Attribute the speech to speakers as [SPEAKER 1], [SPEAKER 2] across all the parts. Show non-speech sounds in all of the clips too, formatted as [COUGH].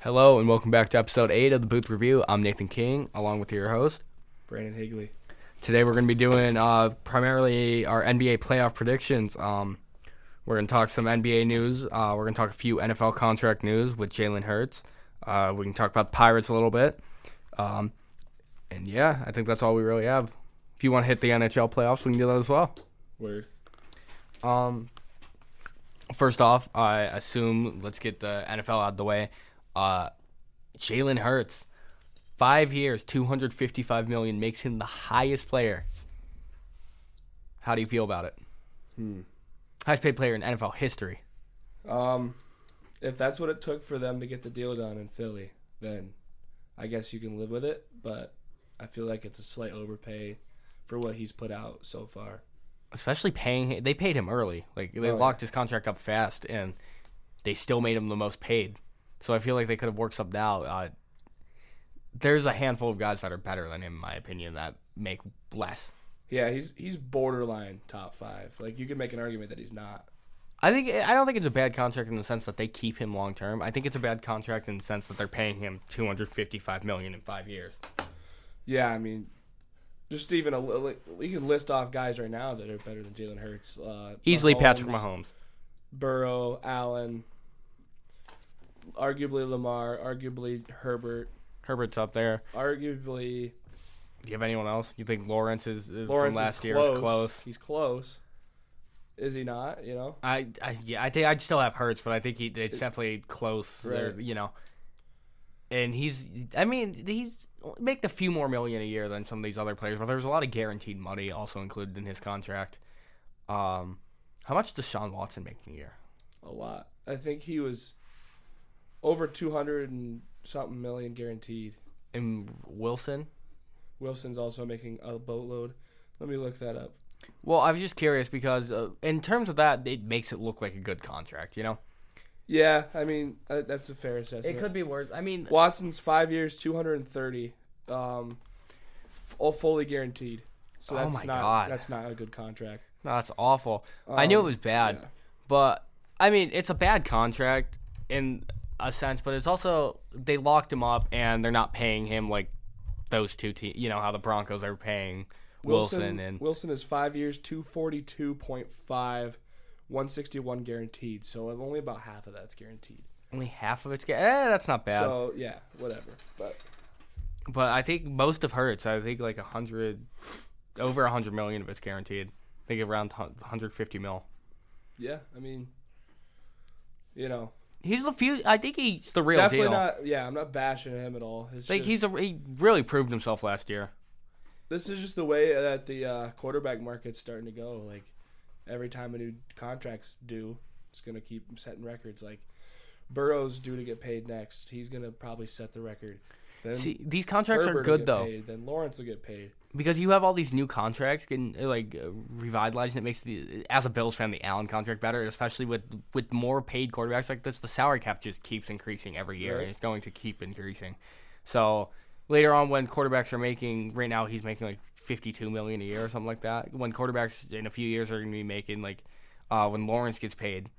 [SPEAKER 1] Hello and welcome back to episode 8 of the Booth Review. I'm Nathan King along with your host.
[SPEAKER 2] Brandon Higley.
[SPEAKER 1] Today we're going to be doing uh, primarily our NBA playoff predictions. Um, we're going to talk some NBA news. Uh, we're going to talk a few NFL contract news with Jalen Hurts. Uh, we can talk about the Pirates a little bit. Um, and yeah, I think that's all we really have. If you want to hit the NHL playoffs, we can do that as well.
[SPEAKER 2] Word.
[SPEAKER 1] Um, first off, I assume let's get the NFL out of the way. Uh, Jalen Hurts, five years, two hundred fifty-five million, makes him the highest player. How do you feel about it?
[SPEAKER 2] Hmm.
[SPEAKER 1] Highest paid player in NFL history.
[SPEAKER 2] Um, if that's what it took for them to get the deal done in Philly, then I guess you can live with it. But I feel like it's a slight overpay for what he's put out so far.
[SPEAKER 1] Especially paying, they paid him early. Like they
[SPEAKER 2] Oh, yeah.
[SPEAKER 1] locked his contract up fast, and they still made him the most paid. So I feel like they could have worked something out. Uh, there's a handful of guys that are better than him, in my opinion, that make less.
[SPEAKER 2] Yeah, he's he's borderline top five. Like you could make an argument that he's not.
[SPEAKER 1] I think I don't think it's a bad contract in the sense that they keep him long term. I think it's a bad contract in the sense that they're paying him two hundred fifty five million in five years.
[SPEAKER 2] Yeah, I mean, just even a li- li- we can list off guys right now that are better than Jalen Hurts. Uh,
[SPEAKER 1] Easily Patrick Mahomes.
[SPEAKER 2] Burrow, Allen, arguably Lamar, arguably Herbert,
[SPEAKER 1] Herbert's up there.
[SPEAKER 2] arguably
[SPEAKER 1] Do you have anyone else? You think Lawrence is, is
[SPEAKER 2] Lawrence
[SPEAKER 1] from last
[SPEAKER 2] is
[SPEAKER 1] year
[SPEAKER 2] close.
[SPEAKER 1] is close?
[SPEAKER 2] He's close. Is he not? You know,
[SPEAKER 1] I, I yeah, I think I'd still have Hurts, but I think he it's definitely close. or,
[SPEAKER 2] Right.
[SPEAKER 1] you know, and he's I mean he's make a few more million a year than some of these other players, but there's a lot of guaranteed money also included in his contract. Um, how much does Sean Watson make in a year?
[SPEAKER 2] a lot. I think he was over two hundred and something million guaranteed.
[SPEAKER 1] And Wilson.
[SPEAKER 2] Wilson's also making a boatload. Let me look that up.
[SPEAKER 1] Well, I was just curious because uh, in terms of that, it makes it look like a good contract. You know,
[SPEAKER 2] Yeah, I mean uh, that's a fair assessment.
[SPEAKER 1] it could be worse. I mean,
[SPEAKER 2] Watson's five years, two hundred and thirty, um, f- all fully guaranteed. So
[SPEAKER 1] Oh
[SPEAKER 2] that's
[SPEAKER 1] my
[SPEAKER 2] not
[SPEAKER 1] God.
[SPEAKER 2] that's not a good contract.
[SPEAKER 1] no, that's awful. I knew it
[SPEAKER 2] Um,
[SPEAKER 1] was bad,
[SPEAKER 2] yeah.
[SPEAKER 1] but I mean, it's a bad contract in a sense, but it's also they locked him up and they're not paying him like those two teams. You know how the Broncos are paying Wilson, and
[SPEAKER 2] Wilson is five years, two forty two point five, one sixty one guaranteed. So only about half of that's guaranteed.
[SPEAKER 1] only half of it's get. Eh, that's not bad.
[SPEAKER 2] So yeah, whatever. But
[SPEAKER 1] But I think most of Hurts, I think like a hundred, over a hundred million of it's guaranteed. I think around hundred fifty mil.
[SPEAKER 2] yeah, I mean, you know,
[SPEAKER 1] He's the few. I think he's the real
[SPEAKER 2] definitely
[SPEAKER 1] deal.
[SPEAKER 2] not. Yeah, I'm not bashing him at all. It's
[SPEAKER 1] like
[SPEAKER 2] just-
[SPEAKER 1] he's a, he really proved himself last year.
[SPEAKER 2] this is just the way that the uh, quarterback market's starting to go. Like every time a new contract's due, it's gonna keep setting records. Like Burrow's due to get paid next. He's gonna probably set the record. Then
[SPEAKER 1] See, these contracts
[SPEAKER 2] Herbert
[SPEAKER 1] are
[SPEAKER 2] will
[SPEAKER 1] good
[SPEAKER 2] get
[SPEAKER 1] though
[SPEAKER 2] Paid. Then Lawrence will get paid.
[SPEAKER 1] because you have all these new contracts getting uh, like uh, revitalized, and it makes the as a Bills fan the Allen contract better, especially with with more paid quarterbacks like this. The salary cap just keeps increasing every year,
[SPEAKER 2] Right.
[SPEAKER 1] and it's going to keep increasing. So later on, when quarterbacks are making right now, he's making like fifty two million a year or something like that. When quarterbacks in a few years are going to be making like uh, when Lawrence gets paid.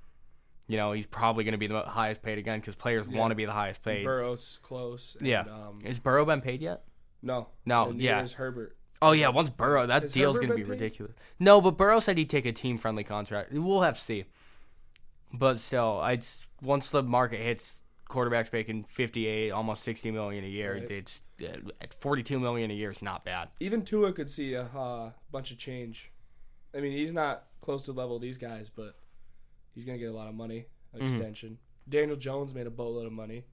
[SPEAKER 1] You know he's probably going to be the highest paid again because players want to be the highest paid.
[SPEAKER 2] Burrow's close. and,
[SPEAKER 1] Yeah.
[SPEAKER 2] Um,
[SPEAKER 1] Is Burrow been paid yet?
[SPEAKER 2] no.
[SPEAKER 1] No,
[SPEAKER 2] And neither
[SPEAKER 1] yeah.
[SPEAKER 2] Is Herbert.
[SPEAKER 1] Oh yeah, once Burrow, that
[SPEAKER 2] Has
[SPEAKER 1] deal's
[SPEAKER 2] Herbert
[SPEAKER 1] gonna be
[SPEAKER 2] been paid?
[SPEAKER 1] ridiculous. No, but Burrow said he'd take a team-friendly contract. We'll have to see. But still, I once the market hits quarterbacks making fifty-eight, almost sixty million a year,
[SPEAKER 2] Right.
[SPEAKER 1] it's uh, at forty-two million a year is not bad.
[SPEAKER 2] Even Tua could see a uh, bunch of change. I mean, he's not close to level these guys, but he's gonna get a lot of money an
[SPEAKER 1] Mm-hmm.
[SPEAKER 2] extension. Daniel Jones made a boatload of money.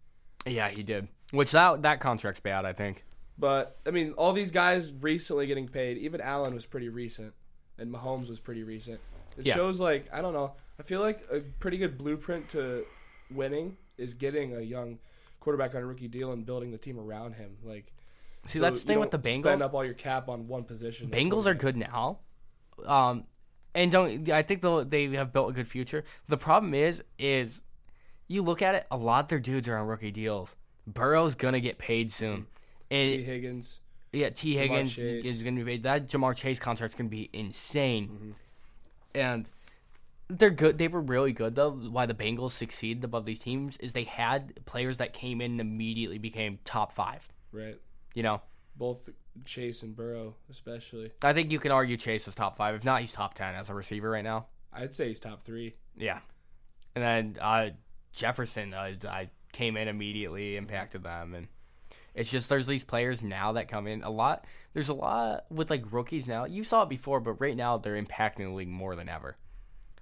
[SPEAKER 1] Yeah, he did. Which that that contract's bad, I think.
[SPEAKER 2] But I mean, all these guys recently getting paid. Even Allen was pretty recent, and Mahomes was pretty recent. It
[SPEAKER 1] Yeah.
[SPEAKER 2] shows like I don't know. I feel like a pretty good blueprint to winning is getting a young quarterback on a rookie deal and building the team around him. Like,
[SPEAKER 1] See,
[SPEAKER 2] so
[SPEAKER 1] that's the
[SPEAKER 2] you
[SPEAKER 1] thing with the
[SPEAKER 2] don't Spend
[SPEAKER 1] Bengals.
[SPEAKER 2] up all your cap on one position.
[SPEAKER 1] Bengals are good now, um, and don't. I think they'll- they have built a good future. The problem is, is you look at it, a lot of their dudes are on rookie deals. Burrow's gonna get paid soon, and
[SPEAKER 2] T. Higgins.
[SPEAKER 1] yeah, T Higgins
[SPEAKER 2] Chase.
[SPEAKER 1] is gonna be paid. That Jamar Chase contract's gonna be insane, and they're good. They were really good though. Why the Bengals succeeded above these teams is they had players that came in and immediately became top five.
[SPEAKER 2] Right.
[SPEAKER 1] You know,
[SPEAKER 2] Both Chase and Burrow, especially.
[SPEAKER 1] I think you can argue Chase is top five. If not, he's top ten as a receiver right now.
[SPEAKER 2] I'd say he's top three.
[SPEAKER 1] Yeah, and then uh, Jefferson, uh, I came in immediately, impacted them, and it's just there's these players now that come in a lot. There's a lot with like rookies now. You saw it before, but right now they're impacting the league more than ever.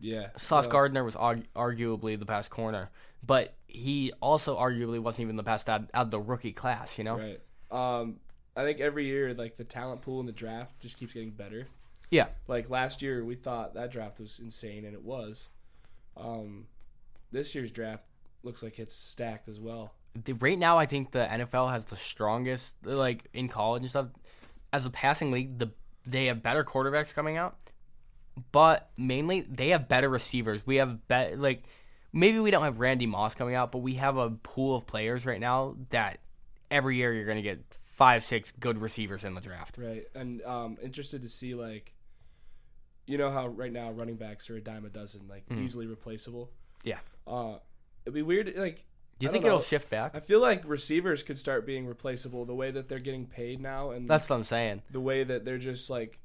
[SPEAKER 2] Yeah.
[SPEAKER 1] Sauce
[SPEAKER 2] So,
[SPEAKER 1] Gardner was arg- arguably the best corner, but he also arguably wasn't even the best out, out of the rookie class. You know?
[SPEAKER 2] Right. Um, I think every year, like the talent pool in the draft just keeps getting better.
[SPEAKER 1] Yeah.
[SPEAKER 2] Like last year, we thought that draft was insane, and it was. Um, this year's draft looks like it's stacked as well.
[SPEAKER 1] The- Right now, I think the NFL has the strongest, like in college and stuff, as a passing league. The they have better quarterbacks coming out, but mainly they have better receivers. We have bet like maybe we don't have Randy Moss coming out, but we have a pool of players right now that every year you're going to get five, six good receivers in the draft.
[SPEAKER 2] Right. And um interested to see like you know how right now running backs are a dime a dozen, like easily replaceable.
[SPEAKER 1] Mm. Yeah.
[SPEAKER 2] Uh it'd be weird like
[SPEAKER 1] Do you
[SPEAKER 2] I
[SPEAKER 1] think
[SPEAKER 2] don't
[SPEAKER 1] it'll
[SPEAKER 2] know.
[SPEAKER 1] shift back?
[SPEAKER 2] I feel like receivers could start being replaceable the way that they're getting paid now and
[SPEAKER 1] That's what I'm saying.
[SPEAKER 2] the way that they're just like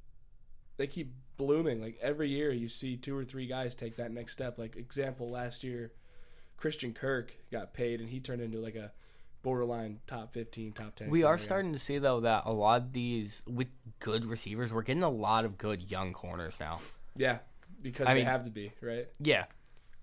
[SPEAKER 2] they keep blooming. Like every year you see two or three guys take that next step. Like example last year Christian Kirk got paid and he turned into like a borderline top 15, top 10.
[SPEAKER 1] We
[SPEAKER 2] corner
[SPEAKER 1] are
[SPEAKER 2] guy.
[SPEAKER 1] starting to see though that a lot of these with good receivers, we're getting a lot of good young corners now.
[SPEAKER 2] Yeah, because
[SPEAKER 1] I
[SPEAKER 2] they
[SPEAKER 1] mean-
[SPEAKER 2] have to be, right?
[SPEAKER 1] Yeah,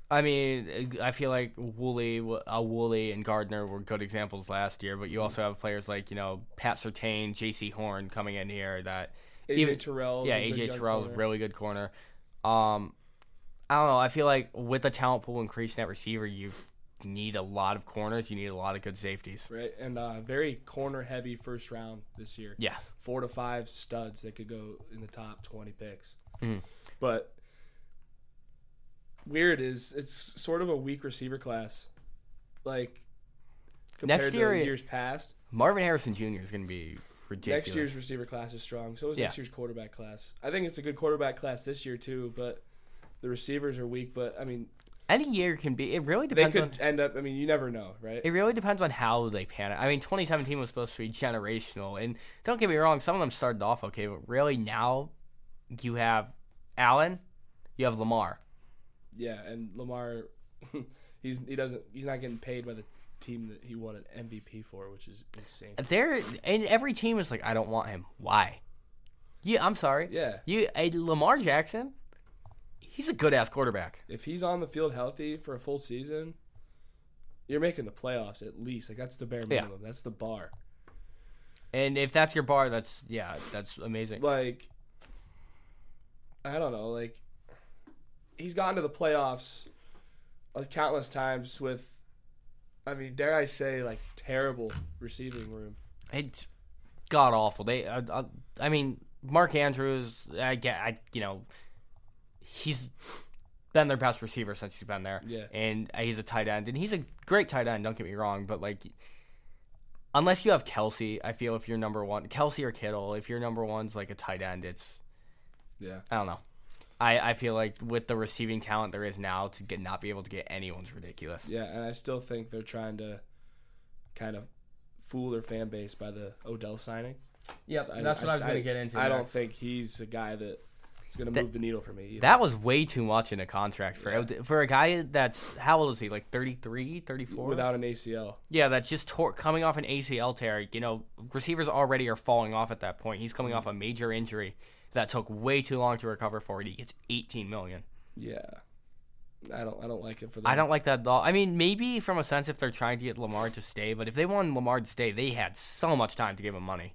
[SPEAKER 1] I mean, uh, I feel like Woolley, uh, Woolley and Gardner were good examples last year, but you also have players like you know Pat Sertain, J.C. Horn coming in here that
[SPEAKER 2] AJ
[SPEAKER 1] Even-
[SPEAKER 2] Terrell.
[SPEAKER 1] yeah, AJ Terrell's really good corner. Um, I don't know. I feel like with the talent pool increasing at receiver, you need a lot of corners. You need a lot of good safeties.
[SPEAKER 2] right, and uh, very corner heavy first round this year.
[SPEAKER 1] Yeah.
[SPEAKER 2] four to five studs that could go in the top twenty picks.
[SPEAKER 1] Mm.
[SPEAKER 2] But weird is it's sort of a weak receiver class, like compared
[SPEAKER 1] Next
[SPEAKER 2] to
[SPEAKER 1] year it-
[SPEAKER 2] years past.
[SPEAKER 1] Marvin Harrison Jr. is going to be ridiculous.
[SPEAKER 2] Next year's receiver class is strong. So is
[SPEAKER 1] Yeah.
[SPEAKER 2] next year's quarterback class. I think it's a good quarterback class this year too, but the receivers are weak. But I mean,
[SPEAKER 1] Any year can be. It really
[SPEAKER 2] they
[SPEAKER 1] depends
[SPEAKER 2] could
[SPEAKER 1] on.
[SPEAKER 2] end up. I mean, you never know, right?
[SPEAKER 1] It really depends on how they pan out. I mean, 2017 was supposed to be generational, and don't get me wrong, some of them started off okay, but really now you have Allen, you have Lamar.
[SPEAKER 2] Yeah, and Lamar, [LAUGHS] he's he doesn't he's not getting paid by the team that he won an MVP for, which is insane.
[SPEAKER 1] There, and every team is like, I don't want him. Why? Yeah, I'm sorry.
[SPEAKER 2] Yeah,
[SPEAKER 1] You, uh, Lamar Jackson, he's a good ass quarterback.
[SPEAKER 2] if he's on the field healthy for a full season, you're making the playoffs at least. Like that's the bare
[SPEAKER 1] Yeah.
[SPEAKER 2] minimum. That's the bar.
[SPEAKER 1] And if that's your bar, that's yeah, that's amazing.
[SPEAKER 2] Like, I don't know. Like, he's gotten to the playoffs uh, countless times with, I mean, dare I say, like terrible receiving room.
[SPEAKER 1] It's god awful. They, uh, uh, I mean, Mark Andrews, I get, I, you know, he's been their best receiver since he's been there.
[SPEAKER 2] Yeah.
[SPEAKER 1] and uh, he's a tight end, and he's a great tight end. Don't get me wrong, but like, unless you have Kelsey, I feel if you're number one, Kelsey or Kittle, if your number one's like a tight end, it's
[SPEAKER 2] Yeah.
[SPEAKER 1] I don't know. I, I feel like with the receiving talent there is now to get not be able to get anyone's ridiculous.
[SPEAKER 2] Yeah, and I still think they're trying to kind of fool their fan base by the Odell signing.
[SPEAKER 1] Yeah,
[SPEAKER 2] So I don't think he's a guy that is going to move the needle for me. Either.
[SPEAKER 1] That was way too much in a contract for for a guy that's how old is he? Like 33, 34?
[SPEAKER 2] Without an ACL,
[SPEAKER 1] yeah, that's just tor- coming off an ACL tear. You know, receivers already are falling off at that point. He's coming off a major injury that took way too long to recover for, and he gets 18 million.
[SPEAKER 2] yeah, I don't. I don't like it for them.
[SPEAKER 1] I don't like that at all. I mean, maybe from a sense if they're trying to get Lamar to stay, but if they wanted Lamar to stay, they had so much time to give him money.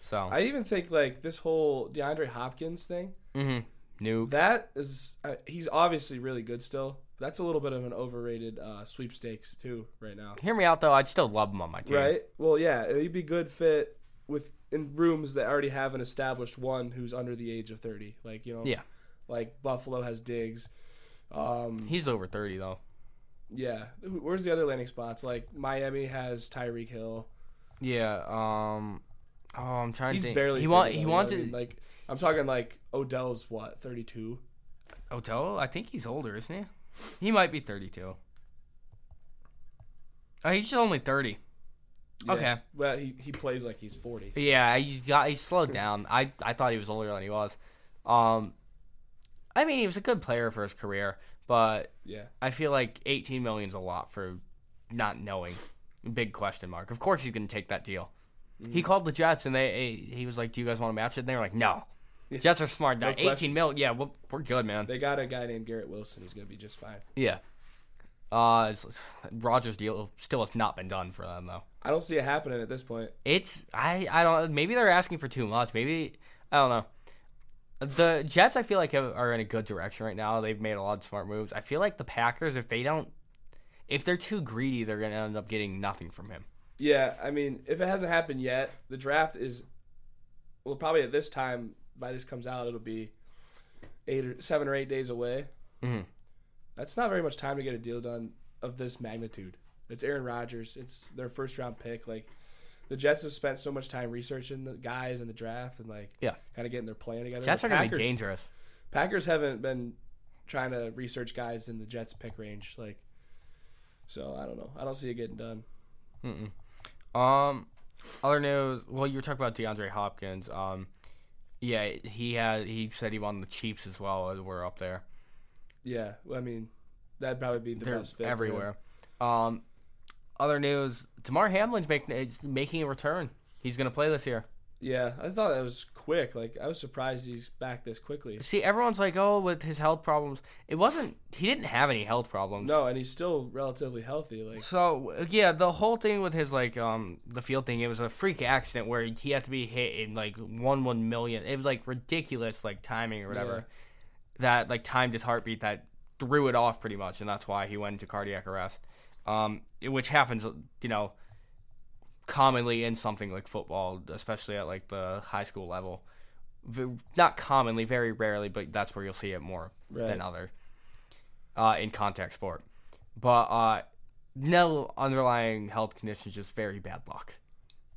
[SPEAKER 1] So,
[SPEAKER 2] Mm-hmm. I even think like this whole DeAndre Hopkins thing.
[SPEAKER 1] mhm. Nuke.
[SPEAKER 2] That is, uh, he's obviously really good still. That's a little bit of an overrated uh, sweepstakes too right now.
[SPEAKER 1] Hear me out though. I'd still love him on my team.
[SPEAKER 2] Right. Well, yeah, he'd be good fit with in rooms that already have an established one who's under the age of thirty. Like you know.
[SPEAKER 1] Yeah.
[SPEAKER 2] Like Buffalo has Diggs. Um,
[SPEAKER 1] He's over 30 though.
[SPEAKER 2] yeah. Who- Where's the other landing spots? Like Miami has Tyreek Hill.
[SPEAKER 1] Yeah. Um. Oh, I'm trying
[SPEAKER 2] He's
[SPEAKER 1] to think.
[SPEAKER 2] barely.
[SPEAKER 1] he
[SPEAKER 2] fit,
[SPEAKER 1] want
[SPEAKER 2] though,
[SPEAKER 1] he
[SPEAKER 2] you know what I
[SPEAKER 1] wanted
[SPEAKER 2] mean? like I'm talking like Odell's what 32.
[SPEAKER 1] Otoa, I think he's older, isn't he? He might be 32. Oh, he's just only 30.
[SPEAKER 2] Yeah.
[SPEAKER 1] Okay.
[SPEAKER 2] Well, he, he plays like he's 40.
[SPEAKER 1] But yeah, he's got he slowed
[SPEAKER 2] [LAUGHS]
[SPEAKER 1] down. I I thought he was older than he was. Um, I mean, he was a good player for his career, but
[SPEAKER 2] Yeah.
[SPEAKER 1] I feel like 18 million's a lot for not knowing. Big question mark. Of course he's going to take that deal.
[SPEAKER 2] Mm-hmm.
[SPEAKER 1] He called the Jets and they eh, he was like, "Do you guys want to match it?" And they were like, "No." Jets are smart. Now. 18
[SPEAKER 2] question.
[SPEAKER 1] mil. Yeah, we're, we're good, man.
[SPEAKER 2] They got a guy named Garrett Wilson. He's going to be just fine.
[SPEAKER 1] Yeah. Uh, it's, Rogers deal still has not been done for them though.
[SPEAKER 2] I don't see it happening at this point.
[SPEAKER 1] It's I I don't maybe they're asking for too much. Maybe I don't know. The Jets I feel like have- are in a good direction right now. They've made a lot of smart moves. I feel like the Packers if they don't if they're too greedy, they're going to end up getting nothing from him.
[SPEAKER 2] Yeah, I mean, if it hasn't happened yet, the draft is well probably at this time by this comes out it'll be eight or seven or eight days away.
[SPEAKER 1] Mhm.
[SPEAKER 2] That's not very much time to get a deal done of this magnitude. It's Aaron Rodgers. It's their first round pick. Like the Jets have spent so much time researching the guys in the draft and like
[SPEAKER 1] Yeah.
[SPEAKER 2] kind of getting their plan together.
[SPEAKER 1] Jets
[SPEAKER 2] The
[SPEAKER 1] are going to
[SPEAKER 2] Packers-
[SPEAKER 1] be dangerous.
[SPEAKER 2] Packers haven't been trying to research guys in the Jets pick range. Like, so I don't know. I don't see it getting done.
[SPEAKER 1] Um, other news. Well, you were talking about DeAndre Hopkins. Um, yeah, he had he said he won the Chiefs as well. as We're up there.
[SPEAKER 2] Yeah, well, I mean, that'd probably be the
[SPEAKER 1] They're
[SPEAKER 2] best fit. for
[SPEAKER 1] everywhere. Um, other news: Damar Hamlin's making is making a return. He's gonna play this year.
[SPEAKER 2] him. Yeah, I thought that was quick. Like, I was surprised he's back this quickly.
[SPEAKER 1] See, everyone's like, "Oh, with his health problems." It wasn't. He didn't have any health problems.
[SPEAKER 2] No, and he's still relatively healthy. Like,
[SPEAKER 1] So yeah, the whole thing with his like um the field thing, it was a freak accident where he had to be hit in like one one million. It was like ridiculous like timing or whatever.
[SPEAKER 2] Yeah.
[SPEAKER 1] That like timed his heartbeat that threw it off pretty much, and that's why he went into cardiac arrest. Um, it- which happens, you know, commonly in something like football, especially at like the high school level. V- not commonly, very rarely, but that's where you'll see it more
[SPEAKER 2] Right.
[SPEAKER 1] than other uh, in contact sport. But uh, no underlying health conditions, just very bad luck.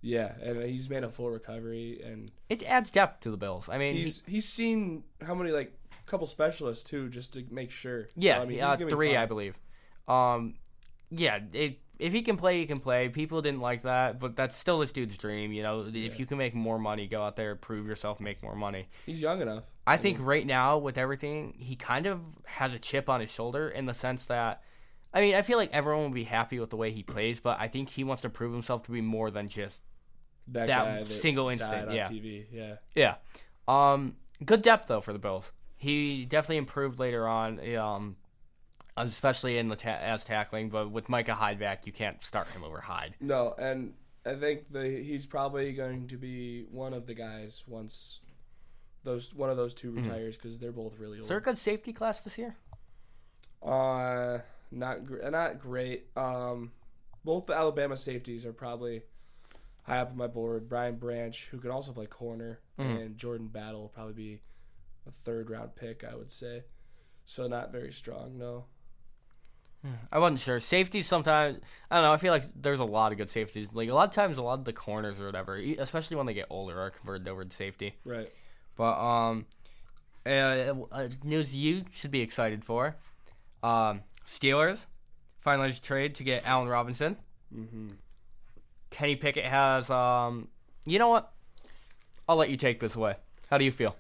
[SPEAKER 2] yeah, and he's made a full recovery, and
[SPEAKER 1] It adds depth to the Bills. I mean, he-
[SPEAKER 2] he's he's seen how many like couple specialists too, just to make sure.
[SPEAKER 1] yeah,
[SPEAKER 2] So, I mean,
[SPEAKER 1] uh,
[SPEAKER 2] he's gonna be
[SPEAKER 1] three, I
[SPEAKER 2] fine.
[SPEAKER 1] believe. Um, yeah, it, if he can play, he can play. People didn't like that, but that's still this dude's dream. You know, if you can make more money, go out there, prove yourself, make more money.
[SPEAKER 2] He's young enough.
[SPEAKER 1] I think right now with everything, he kind of has a chip on his shoulder in the sense that, I mean, I feel like everyone will be happy with the way he plays, but I think he wants to prove himself to be more than just
[SPEAKER 2] That,
[SPEAKER 1] That
[SPEAKER 2] guy that
[SPEAKER 1] single
[SPEAKER 2] died
[SPEAKER 1] instant,
[SPEAKER 2] on
[SPEAKER 1] yeah.
[SPEAKER 2] TV. Yeah.
[SPEAKER 1] yeah. Um, good depth though for the Bills. He definitely improved later on, um, especially in the ta- as tackling. But with Micah Hyde back, you can't start him over Hyde.
[SPEAKER 2] No, and I think the he's probably going to be one of the guys once those one of those two
[SPEAKER 1] Mm-hmm.
[SPEAKER 2] retires because they're both really
[SPEAKER 1] Is there a
[SPEAKER 2] old.
[SPEAKER 1] good safety class this year?
[SPEAKER 2] Uh, not gr- not great. Um, both the Alabama safeties are probably high up on my board. Brian Branch, who can also play corner, and Jordan Battle will probably be a third round pick, I would say. So not very strong, no.
[SPEAKER 1] I wasn't sure. Safeties sometimes I don't know. I feel like there's a lot of good safeties. Like a lot of times, a lot of the corners or whatever, e- especially when they get older, are converted over to safety.
[SPEAKER 2] Right.
[SPEAKER 1] But um, uh, uh, news you should be excited for: um, Steelers finalized trade to get Allen Robinson.
[SPEAKER 2] Mm-hmm.
[SPEAKER 1] Kenny Pickett has um, you know what? I'll let you take this away. How do you feel?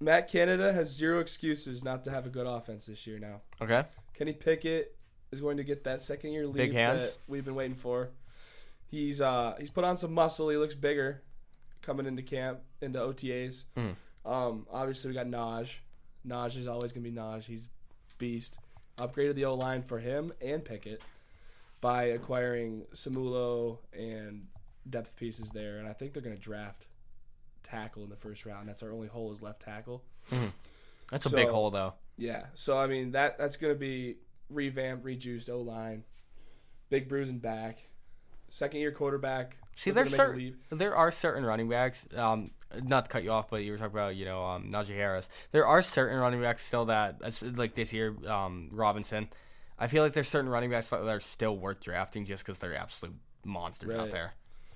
[SPEAKER 2] Matt Canada has zero excuses not to have a good offense this year now.
[SPEAKER 1] Okay.
[SPEAKER 2] Kenny Pickett is going to get that second year lead
[SPEAKER 1] Big hands.
[SPEAKER 2] that we've been waiting for. He's uh he's put on some muscle. He looks bigger coming into camp into OTAs.
[SPEAKER 1] Hmm.
[SPEAKER 2] Um, obviously we got Naj. Naj is always gonna be Naj. He's beast. Upgraded the O line for him and Pickett by acquiring Samulo and depth pieces there, and I think they're gonna draft tackle in the first round. That's our only hole is left tackle.
[SPEAKER 1] That's a big
[SPEAKER 2] So-
[SPEAKER 1] hole though.
[SPEAKER 2] Yeah. So I mean that that's gonna be revamped, rejuiced O line, big bruising back, second year quarterback.
[SPEAKER 1] See,
[SPEAKER 2] looking
[SPEAKER 1] there's
[SPEAKER 2] to make a
[SPEAKER 1] certain
[SPEAKER 2] leap.
[SPEAKER 1] there are certain running backs. Um, not to cut you off, but you were talking about you know um, Najee Harris. There are certain running backs still that that's like this year um, Robinson. I feel like there's certain running backs that are still worth drafting just because they're absolute monsters out
[SPEAKER 2] Right.
[SPEAKER 1] there.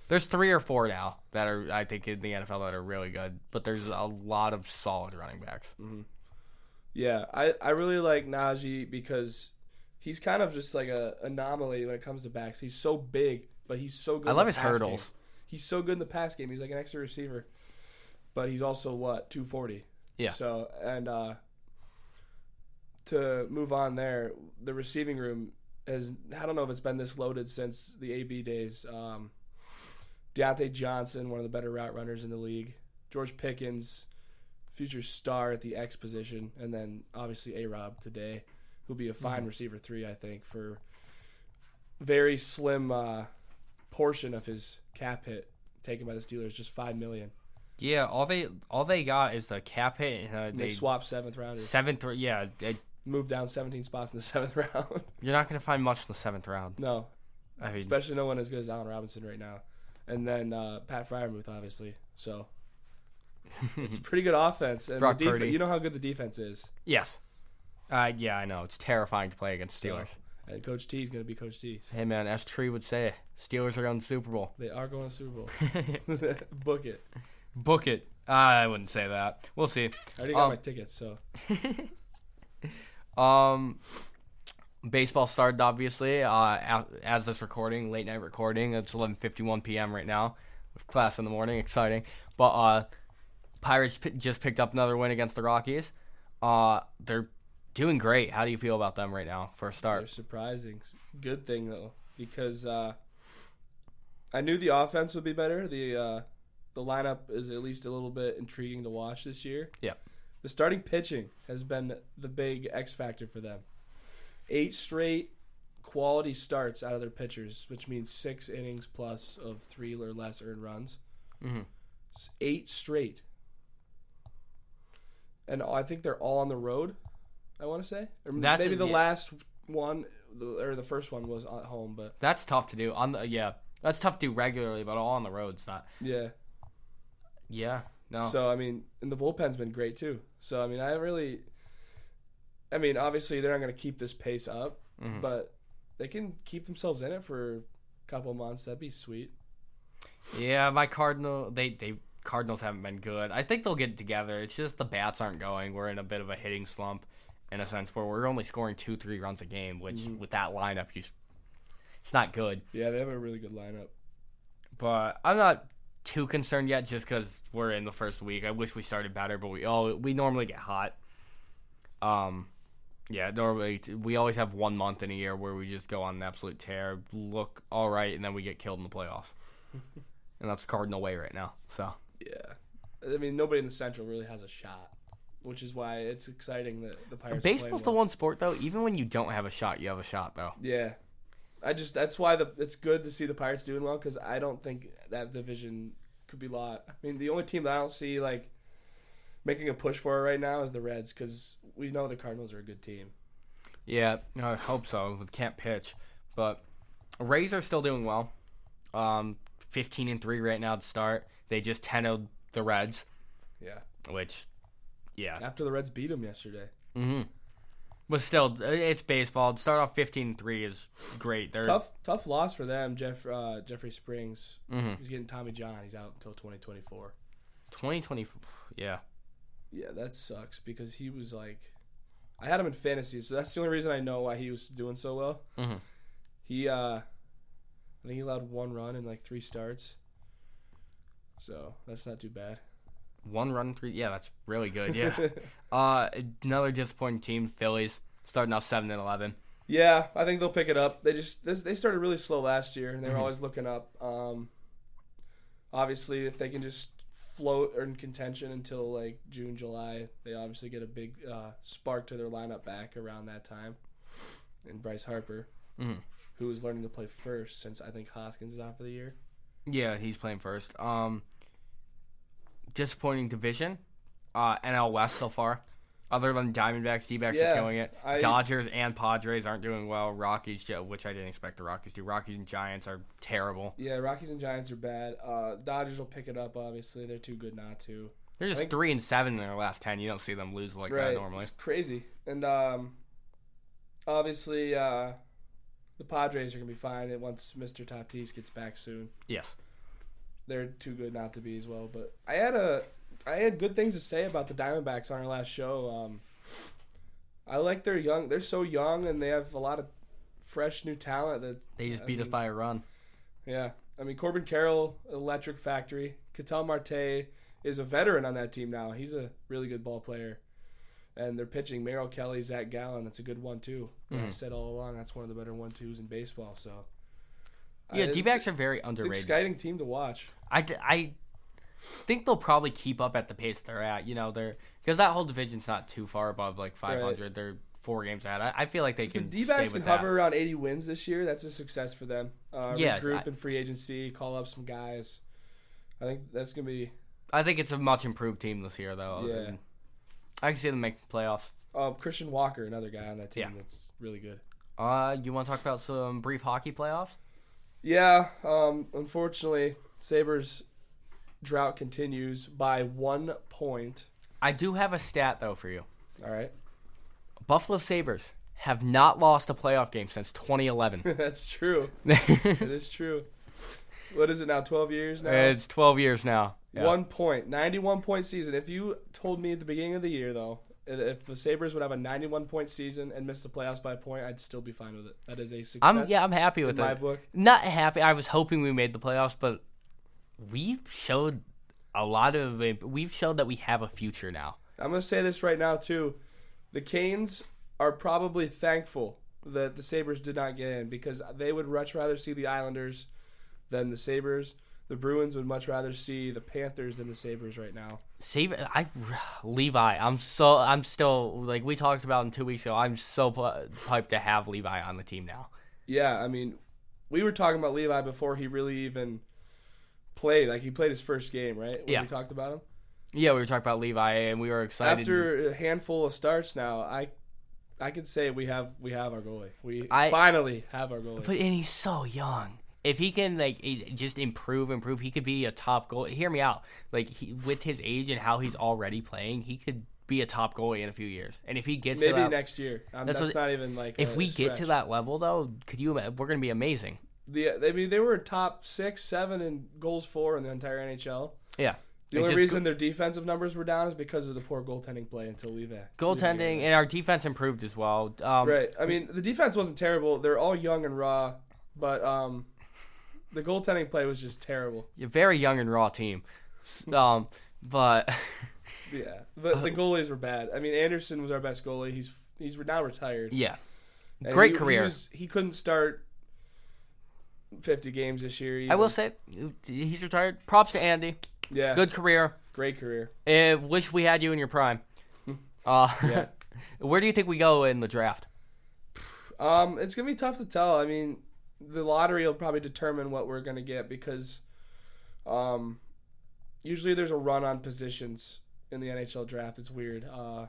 [SPEAKER 1] There's three or four now that are I think in the NFL that are really good, but there's a lot of solid running backs.
[SPEAKER 2] Yeah, I, I really like Najee because he's kind of just like a anomaly when it comes to backs. He's so big, but he's so good.
[SPEAKER 1] I
[SPEAKER 2] in
[SPEAKER 1] love
[SPEAKER 2] the
[SPEAKER 1] his
[SPEAKER 2] pass
[SPEAKER 1] hurdles.
[SPEAKER 2] game. He's so good in the pass game. He's like an extra receiver, but he's also what two forty.
[SPEAKER 1] Yeah.
[SPEAKER 2] So and uh, to move on there, the receiving room has I don't know if it's been this loaded since the AB days. Um, Deontay Johnson, one of the better route runners in the league. George Pickens, future star at the X position, and then obviously A Rob today, who'll be a fine receiver three, I think, for very slim uh, portion of his cap hit taken by the Steelers, just five million.
[SPEAKER 1] Yeah, all they all they got is the cap hit and uh,
[SPEAKER 2] They,
[SPEAKER 1] they
[SPEAKER 2] swap seventh rounders,
[SPEAKER 1] seventh. Or, yeah, they,
[SPEAKER 2] move down seventeen spots in the [LAUGHS] seventh round.
[SPEAKER 1] you're not gonna find much in the seventh round.
[SPEAKER 2] no,
[SPEAKER 1] I mean,
[SPEAKER 2] especially no one as good as Allen Robinson right now, and then uh, Pat Fryermuth, obviously.
[SPEAKER 1] [LAUGHS]
[SPEAKER 2] So it's a pretty good offense, and the
[SPEAKER 1] Brock
[SPEAKER 2] def-
[SPEAKER 1] Purdy.
[SPEAKER 2] you know how good the defense is.
[SPEAKER 1] yes. Uh, yeah, I know it's terrifying to play against Steelers.
[SPEAKER 2] And Coach T is going to be Coach T. so
[SPEAKER 1] Hey man, as Tree would say, Steelers are going to the Super Bowl.
[SPEAKER 2] they are going to Super Bowl. [LAUGHS] Book it.
[SPEAKER 1] Book it. Uh, I wouldn't say that. We'll see.
[SPEAKER 2] I already got
[SPEAKER 1] Um,
[SPEAKER 2] my tickets, so
[SPEAKER 1] Um, baseball started obviously. Uh, a- as this recording, late night recording. It's 11:51 p.m. right now, with class in the morning. Exciting, but uh, Pirates pi just picked up another win against the Rockies. Uh, they're doing great. How do you feel about them right now for a
[SPEAKER 2] they're
[SPEAKER 1] start?
[SPEAKER 2] surprising. Good thing though, because uh, I knew the offense would be better. The uh, the lineup is at least a little bit intriguing to watch this year.
[SPEAKER 1] Yeah.
[SPEAKER 2] The starting pitching has been the big X factor for them. Eight straight quality starts out of their pitchers, which means six innings plus of three or less earned runs.
[SPEAKER 1] Mhm.
[SPEAKER 2] S- Eight straight. And I think they're all on the road, I want to say. Or
[SPEAKER 1] That's-
[SPEAKER 2] maybe the
[SPEAKER 1] yeah.
[SPEAKER 2] last one, or the first one was at home, but
[SPEAKER 1] That's tough to do on the yeah. That's tough to do regularly, but all on the road. It's not.
[SPEAKER 2] yeah.
[SPEAKER 1] Yeah. No.
[SPEAKER 2] So I mean, and the bullpen's been great too. So I mean, I really, I mean, obviously they're not going to keep this pace up,
[SPEAKER 1] Mhm.
[SPEAKER 2] but they can keep themselves in it for a couple months. That'd be sweet.
[SPEAKER 1] Yeah, my Cardinal they they Cardinals haven't been good. I think they'll get it together. It's just the bats aren't going. We're in a bit of a hitting slump in a sense where we're only scoring two, three runs a game, which with that lineup you s- it's not good.
[SPEAKER 2] Yeah, they have a really good lineup.
[SPEAKER 1] But I'm not too concerned yet just cuz we're in the first week. I wish we started better, but we all we normally get hot. Um yeah, normally t- we always have one month in a year where we just go on an absolute tear, look all right, and then we get killed in the playoffs. and that's Cardinal way right now. So
[SPEAKER 2] Yeah, I mean, nobody in the Central really has a shot, which is why it's exciting that the Pirates. are playing
[SPEAKER 1] Baseball's the
[SPEAKER 2] well.
[SPEAKER 1] one sport though. Even when you don't have a shot, you have a shot though.
[SPEAKER 2] Yeah, I just that's why the it's good to see the Pirates doing well because I don't think that division could be lot. I mean, the only team that I don't see like making a push for it right now is the Reds because we know the Cardinals are a good team.
[SPEAKER 1] Yeah, I hope so. With can't pitch, but Rays are still doing well. Um, fifteen and three right now to start. They just 10 the Reds,
[SPEAKER 2] Yeah.
[SPEAKER 1] which, yeah,
[SPEAKER 2] After the Reds beat them yesterday,
[SPEAKER 1] mm-hmm. but still, uh, it's baseball. To start off 15-3 is great. They're
[SPEAKER 2] tough tough loss for them. Jeff uh, Jeffrey Springs,
[SPEAKER 1] hmm
[SPEAKER 2] he's getting Tommy John. He's out until 2024.
[SPEAKER 1] twenty twenty. Yeah,
[SPEAKER 2] Yeah, that sucks because he was like, I had him in fantasy, so that's the only reason I know why he was doing so well.
[SPEAKER 1] Mhm.
[SPEAKER 2] He, uh, I think he allowed one run in like three starts, so that's not too bad.
[SPEAKER 1] one run three. Yeah, that's really good.
[SPEAKER 2] [LAUGHS]
[SPEAKER 1] Yeah, uh, another disappointing team. Phillies starting off seven and eleven.
[SPEAKER 2] yeah, I think they'll pick it up. They just this, they started really slow last year, and they were always looking up. Um, obviously, if they can just float or in contention until like June, July, they obviously get a big uh, spark to their lineup back around that time. And Bryce Harper,
[SPEAKER 1] Mhm.
[SPEAKER 2] who is learning to play first since I think Hoskins is out for the year.
[SPEAKER 1] Yeah, he's playing first. Um, disappointing division, uh, NL West so far. Other than Diamondbacks, D-backs
[SPEAKER 2] Yeah,
[SPEAKER 1] are killing it.
[SPEAKER 2] I-
[SPEAKER 1] Dodgers and Padres aren't doing well. Rockies, yeah, which I didn't expect the Rockies to. Rockies and Giants are terrible.
[SPEAKER 2] Yeah, Rockies and Giants are bad. Uh, Dodgers will pick it up. Obviously, they're too good not to.
[SPEAKER 1] They're just
[SPEAKER 2] think-
[SPEAKER 1] three and seven in their last ten. You don't see them lose like that normally.
[SPEAKER 2] It's crazy. And um, obviously, uh, the Padres are going to be fine and once Mr. Tatis gets back soon.
[SPEAKER 1] Yes.
[SPEAKER 2] They're too good not to be as well. But I had a, I had good things to say about the Diamondbacks on our last show. Um, I like they're young. They're so young, and they have a lot of fresh new talent. That
[SPEAKER 1] They just
[SPEAKER 2] I
[SPEAKER 1] beat us
[SPEAKER 2] mean,
[SPEAKER 1] by a run.
[SPEAKER 2] Yeah, I mean Corbin Carroll, electric factory. Catal Marte is a veteran on that team now. He's a really good ball player, and they're pitching Merrill Kelly, Zach Gallen. That's a good one too. Like I
[SPEAKER 1] Mhm.
[SPEAKER 2] said all along, that's one of the better one twos in baseball. So
[SPEAKER 1] Yeah,
[SPEAKER 2] I-
[SPEAKER 1] D backs
[SPEAKER 2] it's,
[SPEAKER 1] are very
[SPEAKER 2] it's an
[SPEAKER 1] underrated.
[SPEAKER 2] exciting team to watch.
[SPEAKER 1] I, d- I think they'll probably keep up at the pace they're at. You know, they're because that whole division's not too far above like 500. They're four games out. I, I feel like they
[SPEAKER 2] If the
[SPEAKER 1] can.
[SPEAKER 2] D
[SPEAKER 1] stay
[SPEAKER 2] backs
[SPEAKER 1] with
[SPEAKER 2] can
[SPEAKER 1] that.
[SPEAKER 2] hover around 80 wins this year, that's a success for them. Uh,
[SPEAKER 1] Yeah,
[SPEAKER 2] regroup
[SPEAKER 1] I-
[SPEAKER 2] and free agency, call up some guys. I think that's gonna be
[SPEAKER 1] I think it's a much improved team this year, though.
[SPEAKER 2] Yeah.
[SPEAKER 1] and I can see them making playoffs.
[SPEAKER 2] uh, Christian Walker, another guy on that
[SPEAKER 1] Yeah.
[SPEAKER 2] team that's really good.
[SPEAKER 1] Uh, you want to talk about some brief hockey playoffs?
[SPEAKER 2] Yeah, um, unfortunately, Sabres drought continues by one point.
[SPEAKER 1] I do have a stat though for you.
[SPEAKER 2] All right, [LAUGHS]
[SPEAKER 1] Buffalo Sabers have not lost a playoff game since 2011.
[SPEAKER 2] [LAUGHS] that's true. It is true. What is it now? Twelve years now.
[SPEAKER 1] [LAUGHS] it's 12 years now. Yeah.
[SPEAKER 2] One point, 91 point season. If you told me at the beginning of the year, though, i- if the Sabres would have a 91 point season and miss the playoffs by a point, I'd still be fine with it. That is a success.
[SPEAKER 1] I'm yeah, I'm happy with
[SPEAKER 2] in my
[SPEAKER 1] it.
[SPEAKER 2] book.
[SPEAKER 1] Not happy. I was hoping we made the playoffs, but we've showed a lot of we've showed that we have a future now.
[SPEAKER 2] I'm going to say this right now, too. The Canes are probably thankful that the Sabres did not get in because they would much rather see the Islanders than the Sabres. The Bruins would much rather see the Panthers than the Sabres right now.
[SPEAKER 1] Save I Levi. I'm so I'm still like we talked about in two weeks ago. I'm so pu- hyped to have Levi on the team now.
[SPEAKER 2] Yeah, I mean, we were talking about Levi before he really even played. Like, he played his first game, right? When
[SPEAKER 1] Yeah.
[SPEAKER 2] we talked about him.
[SPEAKER 1] Yeah, we were talking about Levi and we were excited.
[SPEAKER 2] after a handful of starts now, I I can say we have we have our goalie. We
[SPEAKER 1] I-
[SPEAKER 2] finally have our goalie.
[SPEAKER 1] But and he's so young. If he can like i- just improve, improve, he could be a top goal. Hear me out. Like he, with his age and how he's already playing, he could be a top goalie in a few years. And if he gets
[SPEAKER 2] Maybe
[SPEAKER 1] to that,
[SPEAKER 2] next year. Um,
[SPEAKER 1] That's
[SPEAKER 2] that's
[SPEAKER 1] what-
[SPEAKER 2] not even like
[SPEAKER 1] if
[SPEAKER 2] a
[SPEAKER 1] we get to
[SPEAKER 2] stretch.
[SPEAKER 1] that level though, could you? ima- We're gonna be amazing.
[SPEAKER 2] the I mean they were top six, seven in goals for in the entire NHL.
[SPEAKER 1] Yeah.
[SPEAKER 2] The
[SPEAKER 1] It's
[SPEAKER 2] only
[SPEAKER 1] just
[SPEAKER 2] reason their defensive numbers were down is because of the poor goaltending play until Levi.
[SPEAKER 1] go-
[SPEAKER 2] Levi
[SPEAKER 1] goaltending
[SPEAKER 2] got
[SPEAKER 1] and our defense improved as well. Um,
[SPEAKER 2] it. Right. I mean the defense wasn't terrible. They're all young and raw, but um, the goaltending play was just terrible.
[SPEAKER 1] Very young and raw team. Um, but [LAUGHS]
[SPEAKER 2] Yeah, but
[SPEAKER 1] Uh,
[SPEAKER 2] the goalies were bad. I mean Anderson was our best goalie. He's he's now retired.
[SPEAKER 1] yeah,
[SPEAKER 2] And
[SPEAKER 1] Great
[SPEAKER 2] he- he
[SPEAKER 1] career.
[SPEAKER 2] was- He, couldn't start 50 games this year.
[SPEAKER 1] I will
[SPEAKER 2] even.
[SPEAKER 1] say he's retired. Props to Andy.
[SPEAKER 2] Yeah.
[SPEAKER 1] Good career.
[SPEAKER 2] Great career.
[SPEAKER 1] Eh, wish we had you in your
[SPEAKER 2] [LAUGHS]
[SPEAKER 1] prime. Uh,
[SPEAKER 2] Yeah.
[SPEAKER 1] [LAUGHS] where do you think we go in the draft?
[SPEAKER 2] um, it's going to be tough to tell. I mean, the lottery will probably determine what we're going to get because um, usually there's a run on positions in the NHL draft. It's weird. Uh,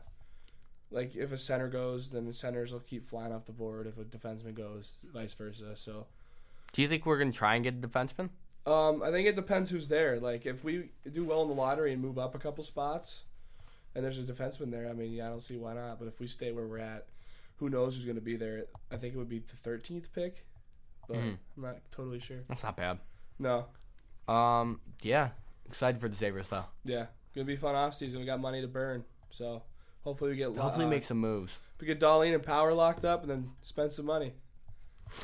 [SPEAKER 2] like if a center goes, then the centers will keep flying off the board. If a defenseman goes, vice versa. So
[SPEAKER 1] Do you think we're gonna try and get a defenseman?
[SPEAKER 2] Um, I think it depends who's there. Like if we do well in the lottery and move up a couple spots, and there's a defenseman there, I mean, yeah, I don't see why not. But if we stay where we're at, who knows who's going to be there? I think it would be the 13th pick, but
[SPEAKER 1] Mhm.
[SPEAKER 2] I'm not totally sure.
[SPEAKER 1] That's not bad.
[SPEAKER 2] No,
[SPEAKER 1] Um, yeah, excited for the Sabres though.
[SPEAKER 2] yeah, gonna be a fun off season. We got money to burn, so hopefully we get
[SPEAKER 1] Hopefully,
[SPEAKER 2] uh,
[SPEAKER 1] make some moves.
[SPEAKER 2] we get Darlene and Power locked up, and then spend some money.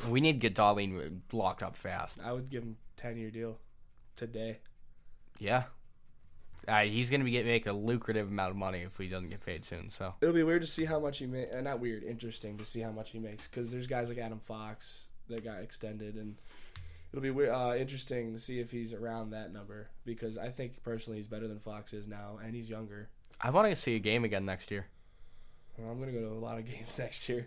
[SPEAKER 1] We need to get Darlene locked up fast.
[SPEAKER 2] I would give him 10 year deal today.
[SPEAKER 1] Yeah, uh, he's gonna be get make a lucrative amount of money if he doesn't get paid soon. So
[SPEAKER 2] It'll be weird to see how much he makes. Uh, not weird, interesting to see how much he makes because there's guys like Adam Fox that got extended, and it'll be weir- uh, interesting to see if he's around that number because I think personally he's better than Fox is now, and he's younger.
[SPEAKER 1] I want to see a game again next year.
[SPEAKER 2] Well, I'm gonna go to a lot of [LAUGHS] games next year.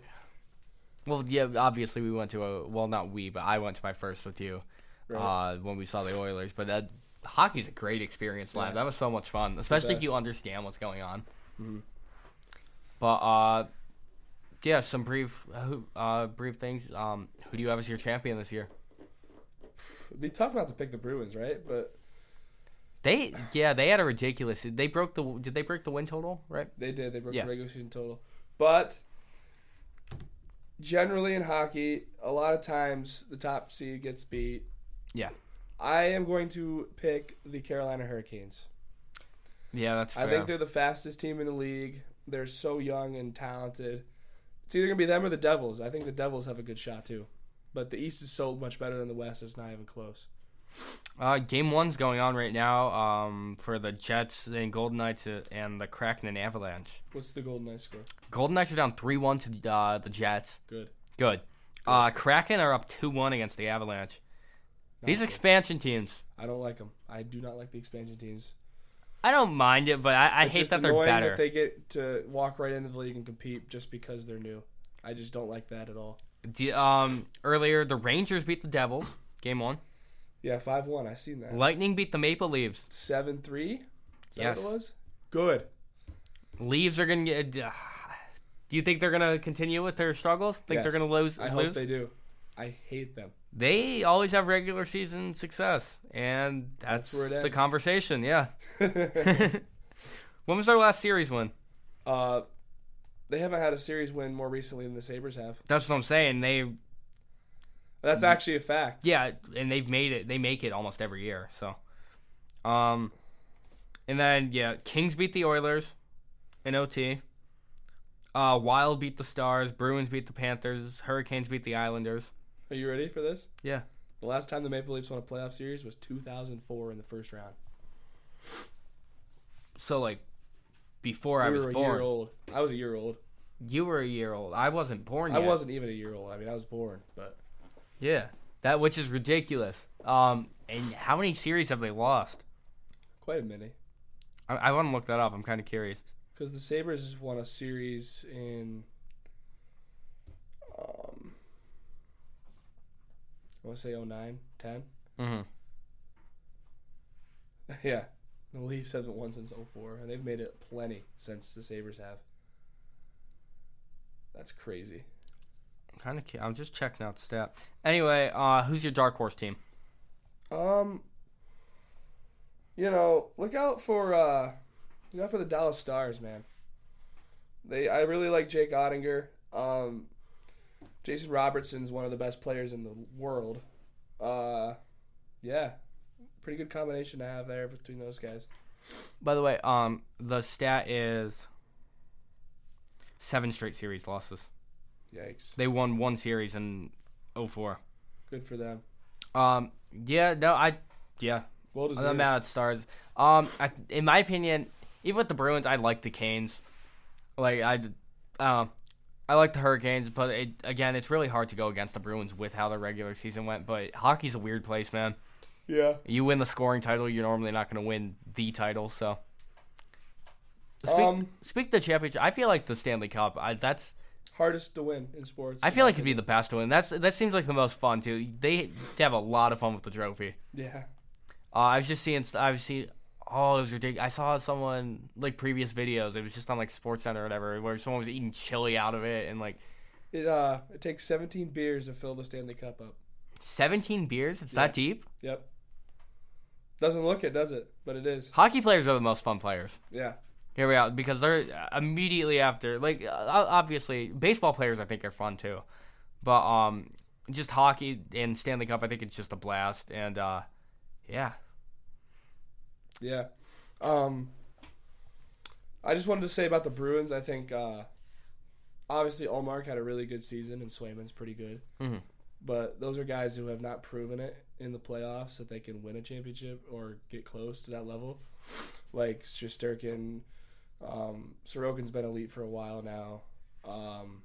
[SPEAKER 1] Well, yeah, obviously we went to a well, not we, but I went to my first with you
[SPEAKER 2] Right.
[SPEAKER 1] uh, when we saw the Oilers. But that, hockey's a great experience live.
[SPEAKER 2] Yeah.
[SPEAKER 1] That was so much fun, especially if you
[SPEAKER 2] best. Mm-hmm.
[SPEAKER 1] understand what's going on. But uh, yeah, some brief uh, who- uh, brief things. Um, who do you have as your champion this year?
[SPEAKER 2] It'd be tough not to pick the Bruins, right? But
[SPEAKER 1] They yeah, they had a ridiculous. They broke the did they break the win total right?
[SPEAKER 2] they did. They broke
[SPEAKER 1] Yeah.
[SPEAKER 2] the regular season total, but generally in hockey, a lot of times the top seed gets beat.
[SPEAKER 1] Yeah.
[SPEAKER 2] I am going to pick the Carolina Hurricanes.
[SPEAKER 1] Yeah, that's fair.
[SPEAKER 2] I think they're the fastest team in the league. They're so young and talented. It's either gonna be them or the Devils. I think the Devils have a good shot too, but the East is so much better than the West. It's not even close.
[SPEAKER 1] Uh, game one's going on right now um, for the Jets and Golden Knights uh, and the Kraken and Avalanche.
[SPEAKER 2] What's the Golden Knights score?
[SPEAKER 1] Golden Knights are down 3 1 to the, uh, the Jets.
[SPEAKER 2] Good.
[SPEAKER 1] Good. Uh, Kraken are up 2 1 against the Avalanche. These
[SPEAKER 2] good.
[SPEAKER 1] expansion teams,
[SPEAKER 2] I don't like them. I do not like the expansion teams.
[SPEAKER 1] I don't mind it, but I, I
[SPEAKER 2] It's
[SPEAKER 1] hate
[SPEAKER 2] just
[SPEAKER 1] that they're
[SPEAKER 2] annoying
[SPEAKER 1] better.
[SPEAKER 2] That they get to walk right into the league and compete just because they're new. I just don't like that at all.
[SPEAKER 1] The, um, earlier, the Rangers beat the Devils, game one.
[SPEAKER 2] Yeah, five one. I seen that.
[SPEAKER 1] Lightning beat the Maple Leaves.
[SPEAKER 2] Seven three. Is that
[SPEAKER 1] Yes.
[SPEAKER 2] what it was? Good.
[SPEAKER 1] Leaves are going to get. Uh, do you think they're going to continue with their struggles? Think they're
[SPEAKER 2] Yes.
[SPEAKER 1] going to lose?
[SPEAKER 2] I
[SPEAKER 1] lose?
[SPEAKER 2] hope they do. I
[SPEAKER 1] [LAUGHS]
[SPEAKER 2] hate them.
[SPEAKER 1] they always have regular season success, and that's,
[SPEAKER 2] That's where it
[SPEAKER 1] the
[SPEAKER 2] ends.
[SPEAKER 1] conversation. Yeah. [LAUGHS] when was their last series win?
[SPEAKER 2] uh, they haven't had a series win more recently than the Sabers have.
[SPEAKER 1] That's what I'm saying. They
[SPEAKER 2] That's
[SPEAKER 1] Mm-hmm.
[SPEAKER 2] actually a fact.
[SPEAKER 1] yeah, and they've made it. They make it almost every year. So, um, and then yeah, Kings beat the Oilers in OT. Uh, Wild beat the Stars. Bruins beat the Panthers. Hurricanes beat the Islanders.
[SPEAKER 2] Are you ready for this?
[SPEAKER 1] Yeah.
[SPEAKER 2] The last time the Maple Leafs won a playoff series was 2004 in the first round.
[SPEAKER 1] So like, before I
[SPEAKER 2] we
[SPEAKER 1] was
[SPEAKER 2] were a
[SPEAKER 1] born,
[SPEAKER 2] year old. I was a year old.
[SPEAKER 1] you were a year old. I wasn't born
[SPEAKER 2] I
[SPEAKER 1] yet.
[SPEAKER 2] wasn't even a year old. I mean, I was born, but
[SPEAKER 1] Yeah, that which is ridiculous. Um, and how many series have they lost?
[SPEAKER 2] quite a minute.
[SPEAKER 1] I, I want to look that up. I'm kind of curious.
[SPEAKER 2] Because the Sabres won a series in. Um, I want to say 09, 10.
[SPEAKER 1] Mm-hmm.
[SPEAKER 2] [LAUGHS] yeah. The Leafs haven't won since 04, and they've made it plenty since the Sabres have. That's crazy.
[SPEAKER 1] I'm kind of. Cu- I'm just checking out the stat. Anyway, uh, who's your dark horse team?
[SPEAKER 2] Um, you know, look out for uh, look out for the Dallas Stars, man. They, I really like Jake Ottinger. Um, Jason Robertson's one of the best players in the world. Uh, yeah, pretty good combination to have there between those guys.
[SPEAKER 1] By the way, um, the stat is seven straight series losses.
[SPEAKER 2] Yikes!
[SPEAKER 1] They won one series in 04.
[SPEAKER 2] Good for them.
[SPEAKER 1] Um, yeah, no, I, yeah,
[SPEAKER 2] Well
[SPEAKER 1] I'm not
[SPEAKER 2] deserved.
[SPEAKER 1] mad at Stars. Um, I, in my opinion, even with the Bruins, I like the Canes. Like I, um, I like the Hurricanes, but it, again, it's really hard to go against the Bruins with how their regular season went. But hockey's a weird place, man.
[SPEAKER 2] Yeah.
[SPEAKER 1] You win the scoring title, you're normally not going to win the title. So, speak,
[SPEAKER 2] Um,
[SPEAKER 1] speak the championship. I feel like the Stanley Cup. I, that's
[SPEAKER 2] hardest to win in sports.
[SPEAKER 1] I feel like it'd be the best one. That's that seems like the most fun too. They have a lot of fun with the trophy.
[SPEAKER 2] yeah.
[SPEAKER 1] Uh, I was just seeing. st- I was seeing. Oh, it was ridiculous. I saw someone like previous videos. It was just on like Sports Center or whatever, where someone was eating chili out of it and like
[SPEAKER 2] It uh, it takes 17 beers to fill the Stanley Cup up.
[SPEAKER 1] 17 beers. It's that deep.
[SPEAKER 2] Yep. Doesn't look it, does it? But it is.
[SPEAKER 1] Hockey players are the most fun players.
[SPEAKER 2] Yeah.
[SPEAKER 1] Here we are because they're uh, immediately after. Like uh, obviously, baseball players I think are fun too, but um, just hockey and Stanley Cup I think it's just a blast and uh, yeah.
[SPEAKER 2] Yeah. Um I just wanted to say about the Bruins, I think uh obviously Allmark had a really good season and Swayman's pretty good.
[SPEAKER 1] Mhm.
[SPEAKER 2] But those are guys who have not proven it in the playoffs that they can win a championship or get close to that level. Like Shosturkin, um Sorokin's been elite for a while now. Um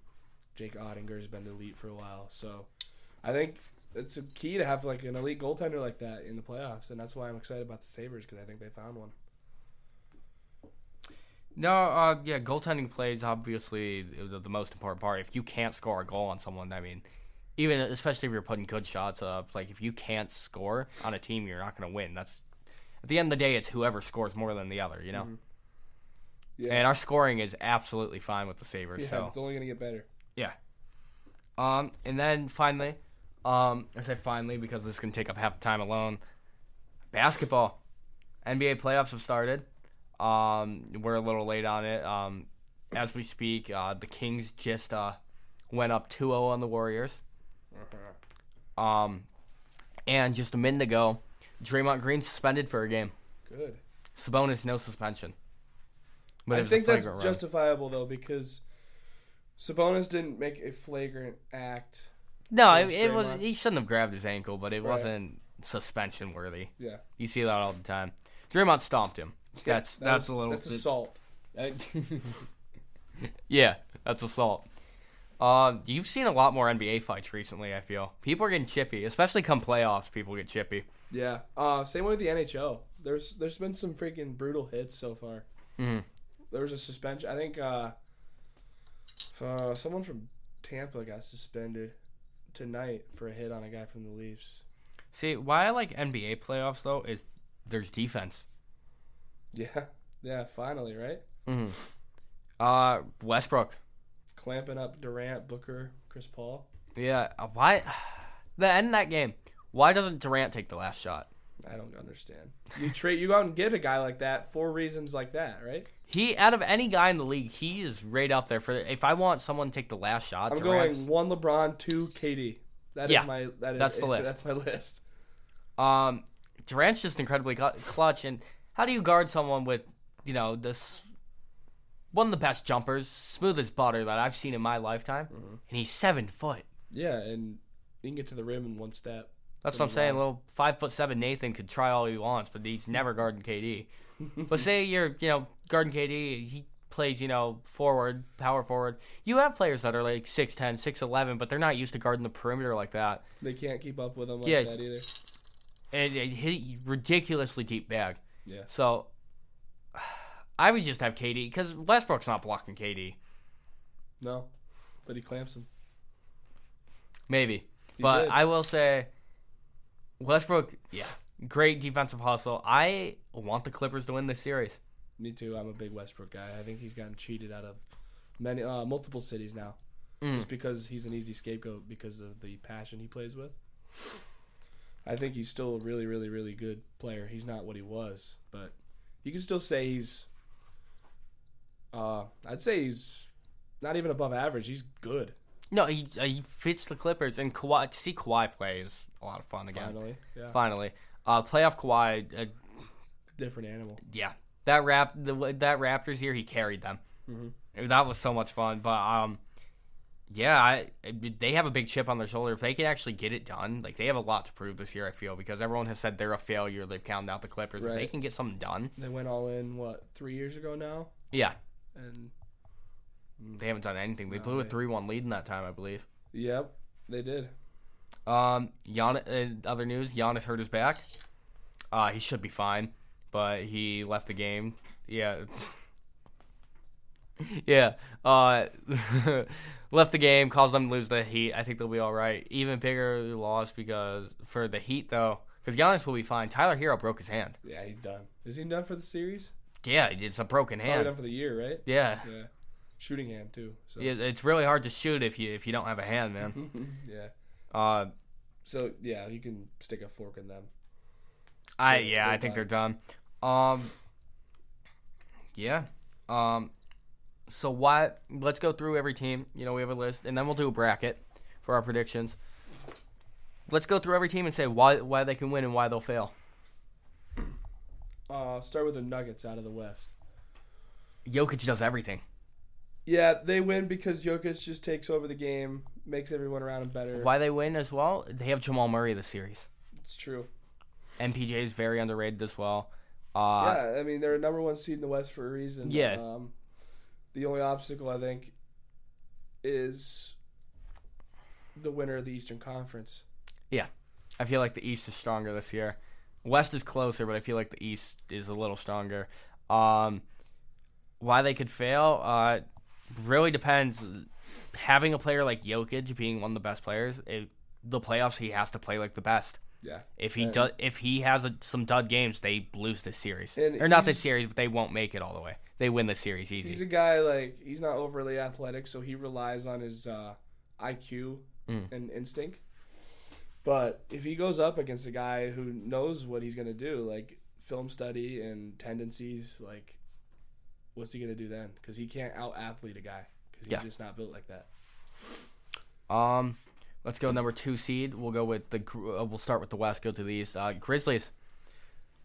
[SPEAKER 2] Jake Ottinger's been elite for a while. So I think it's a key to have like an elite goaltender like that in the playoffs, and that's why I'm excited about the Sabers because I think they found one.
[SPEAKER 1] No, uh, yeah, goaltending plays obviously the, the most important part. If you can't score a goal on someone, I mean, even especially if you're putting good shots up, like if you can't score on a team, you're not going to win. That's at the end of the day, it's whoever scores more than the other, you know.
[SPEAKER 2] Yeah.
[SPEAKER 1] And our scoring is absolutely fine with the Sabers.
[SPEAKER 2] Yeah,
[SPEAKER 1] So
[SPEAKER 2] it's only gonna get better.
[SPEAKER 1] yeah. Um, and then finally, um, I say finally because this can take up half the time alone. Basketball, NBA playoffs have started. Um, we're a little late on it. Um, as we speak, uh, the Kings just uh, went up 2-0 on the Warriors. Um, and just a minute ago, Draymond Green suspended for a game.
[SPEAKER 2] Good.
[SPEAKER 1] Sabonis no suspension. But it
[SPEAKER 2] I
[SPEAKER 1] was a
[SPEAKER 2] think that's
[SPEAKER 1] flagrant run.
[SPEAKER 2] justifiable though because Sabonis didn't make a flagrant act.
[SPEAKER 1] No,
[SPEAKER 2] Yeah,
[SPEAKER 1] it,
[SPEAKER 2] straight
[SPEAKER 1] it was.
[SPEAKER 2] line.
[SPEAKER 1] He shouldn't have grabbed his ankle, but it
[SPEAKER 2] Right.
[SPEAKER 1] wasn't suspension worthy.
[SPEAKER 2] Yeah.
[SPEAKER 1] You see that all the time. Draymond stomped him. That's
[SPEAKER 2] That
[SPEAKER 1] that's
[SPEAKER 2] was-
[SPEAKER 1] a little.
[SPEAKER 2] That's
[SPEAKER 1] bit-
[SPEAKER 2] assault.
[SPEAKER 1] yeah, that's assault. Um, you've seen a lot more NBA fights recently. I feel people are getting chippy, especially come playoffs. People get chippy.
[SPEAKER 2] Yeah. Uh, same way with the NHL. There's there's been some freaking brutal hits so far.
[SPEAKER 1] Mhm.
[SPEAKER 2] There was a suspension. I think uh, f- uh, someone from Tampa got suspended tonight for a hit on a guy from the Leafs.
[SPEAKER 1] See, why I like NBA playoffs though is there's defense.
[SPEAKER 2] Yeah. Yeah. Finally, right?
[SPEAKER 1] Mm-hmm. Uh, Westbrook.
[SPEAKER 2] Clamping up Durant, Booker, Chris Paul.
[SPEAKER 1] Yeah, uh, why? [SIGHS] The end of that game. Why doesn't Durant take the last shot?
[SPEAKER 2] I don't understand. You trade. You go out and get a guy like that for reasons like that, right?
[SPEAKER 1] He, out of any guy in the league, he is right up there for. If I want someone to take the last shot,
[SPEAKER 2] I'm
[SPEAKER 1] Durant's-
[SPEAKER 2] going one LeBron, two KD. That is
[SPEAKER 1] Yeah.
[SPEAKER 2] my. That is
[SPEAKER 1] That's the list.
[SPEAKER 2] [LAUGHS] That's my list.
[SPEAKER 1] Um, Durant's just incredibly cl- clutch. And how do you guard someone with, you know, this one of the best jumpers, smooth as butter that I've seen in my lifetime? And he's seven foot.
[SPEAKER 2] Yeah, and you can get to the rim in one step.
[SPEAKER 1] That's what I'm saying. Little five foot seven Nathan could try all he wants, but he's never guarding KD. but say you're, you know, guarding KD, he plays, you know, forward, power forward. You have players that are like 6'10, 6'11, but they're not used to guarding the perimeter like that.
[SPEAKER 2] They can't keep up with them like
[SPEAKER 1] Yeah.
[SPEAKER 2] that either.
[SPEAKER 1] And it hit ridiculously deep bag.
[SPEAKER 2] Yeah.
[SPEAKER 1] So [SIGHS] I would just have KD because Westbrook's not blocking KD.
[SPEAKER 2] No, but he clamps them.
[SPEAKER 1] Maybe, but
[SPEAKER 2] did.
[SPEAKER 1] I will say Westbrook. Yeah, great defensive hustle. I want the Clippers to win this series.
[SPEAKER 2] Me too. I'm a big Westbrook guy. I think he's gotten cheated out of many uh, multiple cities now, just because he's an easy scapegoat because of the passion he plays with. I think he's still a really, really, really good player. He's not what he was, but you can still say he's. Uh, I'd say he's not even above average. He's good.
[SPEAKER 1] No, he uh, he fits the Clippers and Kawhi. To see Kawhi play is a lot of fun again. Finally,
[SPEAKER 2] Finally, yeah,
[SPEAKER 1] uh, playoff Kawhi. Uh,
[SPEAKER 2] different animal.
[SPEAKER 1] yeah, that rap the that Raptors year he carried them. That was so much fun, but um, yeah, I, they have a big chip on their shoulder. If they can actually get it done, like they have a lot to prove this year. I feel because everyone has said they're a failure. They've counted out the Clippers. If they
[SPEAKER 2] Right.
[SPEAKER 1] can get something done,
[SPEAKER 2] They went all in what three years ago now,
[SPEAKER 1] yeah,
[SPEAKER 2] and
[SPEAKER 1] they haven't done anything. They blew a three-one lead in that time, I believe.
[SPEAKER 2] Yep, they did.
[SPEAKER 1] Um, Gian, uh, other news: Giannis hurt his back. Uh, he should be fine, but he left the game. Yeah, [LAUGHS] yeah. Uh, [LAUGHS] left the game, caused them to lose the Heat. I think they'll be all right. Even bigger loss because for the Heat though, because Giannis will be fine. Tyler Hero broke his hand.
[SPEAKER 2] Yeah, he's done. Is he done for the series?
[SPEAKER 1] Yeah, it's a broken
[SPEAKER 2] Probably
[SPEAKER 1] hand.
[SPEAKER 2] done for the year, right?
[SPEAKER 1] Yeah.
[SPEAKER 2] Yeah. Shooting hand too. So
[SPEAKER 1] It- it's really hard to shoot if you if you don't have a hand, man.
[SPEAKER 2] [LAUGHS] yeah.
[SPEAKER 1] Uh,
[SPEAKER 2] So yeah, you can stick a fork in them.
[SPEAKER 1] I
[SPEAKER 2] They're-
[SPEAKER 1] yeah,
[SPEAKER 2] they're
[SPEAKER 1] I think they're done. Um, yeah. Um, so why? Let's go through every team. You know, we have a list, and then we'll do a bracket for our predictions. Let's go through every team and say why why they can win and why they'll fail.
[SPEAKER 2] Uh, start with the Nuggets out of the West.
[SPEAKER 1] Jokic does everything.
[SPEAKER 2] Yeah, they win because Jokic just takes over the game, makes everyone around him better.
[SPEAKER 1] Why they win as well? They have Jamal Murray this series.
[SPEAKER 2] It's true.
[SPEAKER 1] MPJ is very underrated as well. Uh,
[SPEAKER 2] yeah, I mean they're a number one seed in the West for a reason.
[SPEAKER 1] Yeah.
[SPEAKER 2] Um, the only obstacle I think is the winner of the Eastern Conference.
[SPEAKER 1] I feel like the East is stronger this year. West is closer, but I feel like the East is a little stronger. Um, why they could fail uh, really depends. Having a player like Jokic being one of the best players, it, the playoffs he has to play like the best.
[SPEAKER 2] Yeah.
[SPEAKER 1] If he
[SPEAKER 2] Right.
[SPEAKER 1] does, if he has a, some dud games, they lose this series,
[SPEAKER 2] And
[SPEAKER 1] or not this
[SPEAKER 2] he's-
[SPEAKER 1] series, but they won't make it all the way. They win the series easy.
[SPEAKER 2] He's a guy like he's not overly athletic, so he relies on his uh, IQ
[SPEAKER 1] Mm.
[SPEAKER 2] and instinct. But if he goes up against a guy who knows what he's gonna do, like film study and tendencies, like what's he gonna do then? Because he can't out athlete a guy because he's
[SPEAKER 1] Yeah.
[SPEAKER 2] just not built like that.
[SPEAKER 1] Um, let's go number two seed. We'll go with the. Gr- Uh, we'll start with the West. Go to the East. Uh, Grizzlies.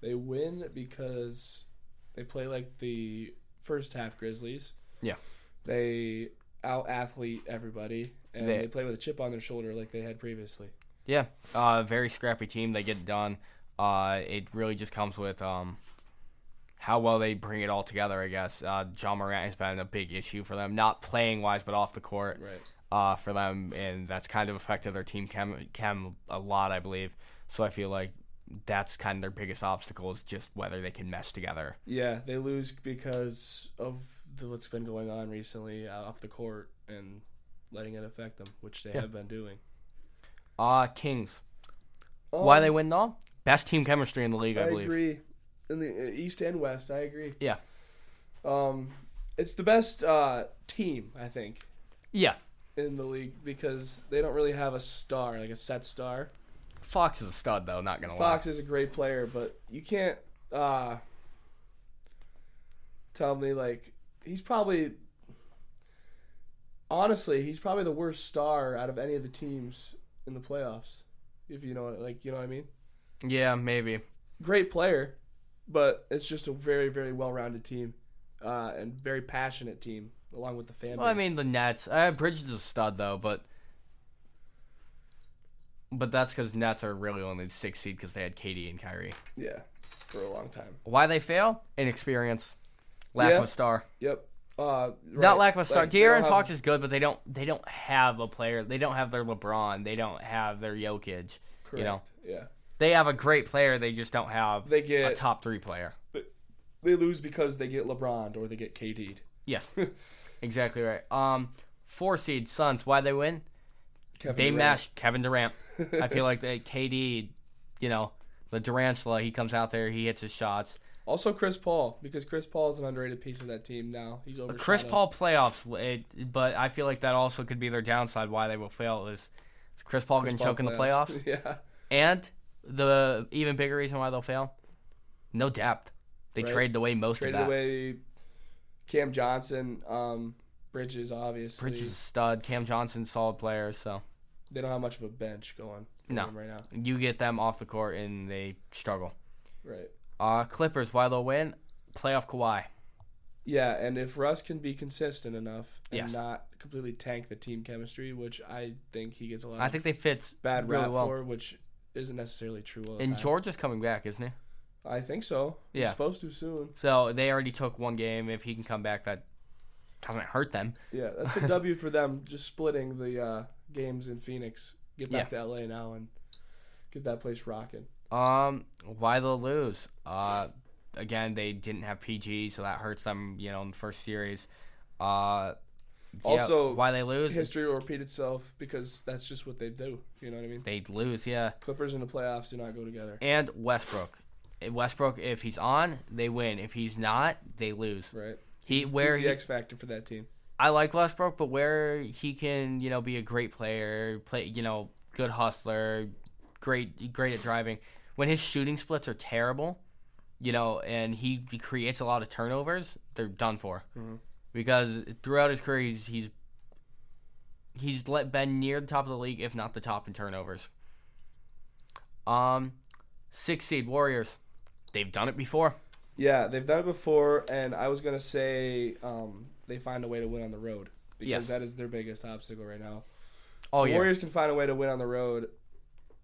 [SPEAKER 2] They win because they play like the first half Grizzlies.
[SPEAKER 1] Yeah.
[SPEAKER 2] They out athlete everybody, and
[SPEAKER 1] They-
[SPEAKER 2] they, play with a chip on their shoulder like they had previously.
[SPEAKER 1] Yeah, uh, very scrappy team. They get it done. Uh, it really just comes with um, how well they bring it all together. I guess uh, John Morant has been a big issue for them, not playing wise, but off the court
[SPEAKER 2] Right.
[SPEAKER 1] uh, for them, and that's kind of affected their team chem, chem a lot, I believe. So I feel like that's kind of their biggest obstacle is just whether they can mesh together.
[SPEAKER 2] Yeah, they lose because of the, what's been going on recently out off the court and letting it affect them, which they have been doing.
[SPEAKER 1] Uh, Kings. Why they win though? Best team chemistry in the league, I,
[SPEAKER 2] Um, I
[SPEAKER 1] believe.
[SPEAKER 2] agree. In the uh, East and West, I agree.
[SPEAKER 1] Yeah,
[SPEAKER 2] Um, it's the best uh, team I think
[SPEAKER 1] yeah.
[SPEAKER 2] in the league because they don't really have a star like a set star.
[SPEAKER 1] Fox is a stud though. Not gonna lie.
[SPEAKER 2] Fox is a great player, but you can't uh, tell me like he's probably honestly he's probably the worst star out of any of the teams in the playoffs. If you know what- like you know what I mean.
[SPEAKER 1] Yeah, maybe.
[SPEAKER 2] Great player, but it's just a very very well rounded team uh, and very passionate team along with the fan.
[SPEAKER 1] Well, I
[SPEAKER 2] base.
[SPEAKER 1] mean the Nets. Uh, Bridges is a stud though, but but that's because Nets are really only the sixth seed because they had Katie and Kyrie.
[SPEAKER 2] yeah, for a long time.
[SPEAKER 1] Why they fail? Inexperience, lack
[SPEAKER 2] Yeah.
[SPEAKER 1] of a star.
[SPEAKER 2] Yep. Uh, right.
[SPEAKER 1] Not lack of a star.
[SPEAKER 2] Like, they don't
[SPEAKER 1] De'Aaron
[SPEAKER 2] have-
[SPEAKER 1] Fox is good, but they don't they don't have a player. They don't have their LeBron. They don't have their Jokic. You know,
[SPEAKER 2] Correct. Yeah.
[SPEAKER 1] they have a great player. They just don't have
[SPEAKER 2] They
[SPEAKER 1] a
[SPEAKER 2] get
[SPEAKER 1] top three player.
[SPEAKER 2] they lose because they get LeBron or they get KD'd. [LAUGHS]
[SPEAKER 1] Yes, exactly right. Um, four seed Suns. Why they win?
[SPEAKER 2] Kevin
[SPEAKER 1] They
[SPEAKER 2] Durant.
[SPEAKER 1] mashed Kevin Durant. I feel like they KD, you know, the Durantula. He comes out there, he hits his shots.
[SPEAKER 2] [LAUGHS] Also, Chris Paul because Chris Paul is an underrated piece of that team now. He's over.
[SPEAKER 1] Chris Paul playoffs, it, but I feel like that also could be their downside. Why they will fail is, is Chris Paul getting choked in the [LAUGHS] playoffs,
[SPEAKER 2] [LAUGHS] yeah.
[SPEAKER 1] and the even bigger reason why they'll fail, no depth. They
[SPEAKER 2] Right.
[SPEAKER 1] trade away most
[SPEAKER 2] Traded
[SPEAKER 1] of that.
[SPEAKER 2] away Cam Johnson, um, Bridges. Obviously,
[SPEAKER 1] Bridges is a stud. Cam Johnson, solid player. So
[SPEAKER 2] they don't have much of a bench going. for
[SPEAKER 1] No.
[SPEAKER 2] them right now.
[SPEAKER 1] you get them off the court and they struggle.
[SPEAKER 2] Right.
[SPEAKER 1] Uh, Clippers, why they'll win? Playoff Kawhi.
[SPEAKER 2] Yeah, and if Russ can be consistent enough and
[SPEAKER 1] Yes.
[SPEAKER 2] not completely tank the team chemistry, which I think he gets a lot
[SPEAKER 1] I
[SPEAKER 2] of
[SPEAKER 1] think they fit
[SPEAKER 2] bad
[SPEAKER 1] really
[SPEAKER 2] rap
[SPEAKER 1] well.
[SPEAKER 2] for, which isn't necessarily true. All the
[SPEAKER 1] And
[SPEAKER 2] time.
[SPEAKER 1] George is coming back, isn't he?
[SPEAKER 2] I think so. He's
[SPEAKER 1] Yeah.
[SPEAKER 2] supposed to soon.
[SPEAKER 1] So they already took one game. If he can come back, that doesn't hurt them.
[SPEAKER 2] Yeah,
[SPEAKER 1] [LAUGHS]
[SPEAKER 2] that's a W for them. Just splitting the uh, games in Phoenix. Get back to LA now and get that place rocking.
[SPEAKER 1] Um, why they'll lose? Uh, again, they didn't have PG, so that hurts them. You know, in the first series. Uh, yeah,
[SPEAKER 2] Also,
[SPEAKER 1] why they lose?
[SPEAKER 2] History will repeat itself because that's just what they do. You know what I mean?
[SPEAKER 1] they lose, yeah.
[SPEAKER 2] Clippers and the playoffs do not go together.
[SPEAKER 1] And Westbrook. If Westbrook, if he's on, they win. If he's not, they lose.
[SPEAKER 2] Right.
[SPEAKER 1] He where
[SPEAKER 2] He's the
[SPEAKER 1] he,
[SPEAKER 2] X factor for that team.
[SPEAKER 1] I like Westbrook, but where he can, you know, be a great player, play, you know, good hustler, great, great at driving. When his shooting splits are terrible, you know, and he creates a lot of turnovers, they're done for.
[SPEAKER 2] Mhm.
[SPEAKER 1] Because throughout his career, he's he's, he's let been near the top of the league, if not the top in turnovers. Um, six seed Warriors, they've done it before.
[SPEAKER 2] Yeah, they've done it before, and I was gonna say um, they find a way to win on the road because
[SPEAKER 1] Yes.
[SPEAKER 2] that is their biggest obstacle right now.
[SPEAKER 1] Oh
[SPEAKER 2] the
[SPEAKER 1] yeah,
[SPEAKER 2] Warriors can find a way to win on the road.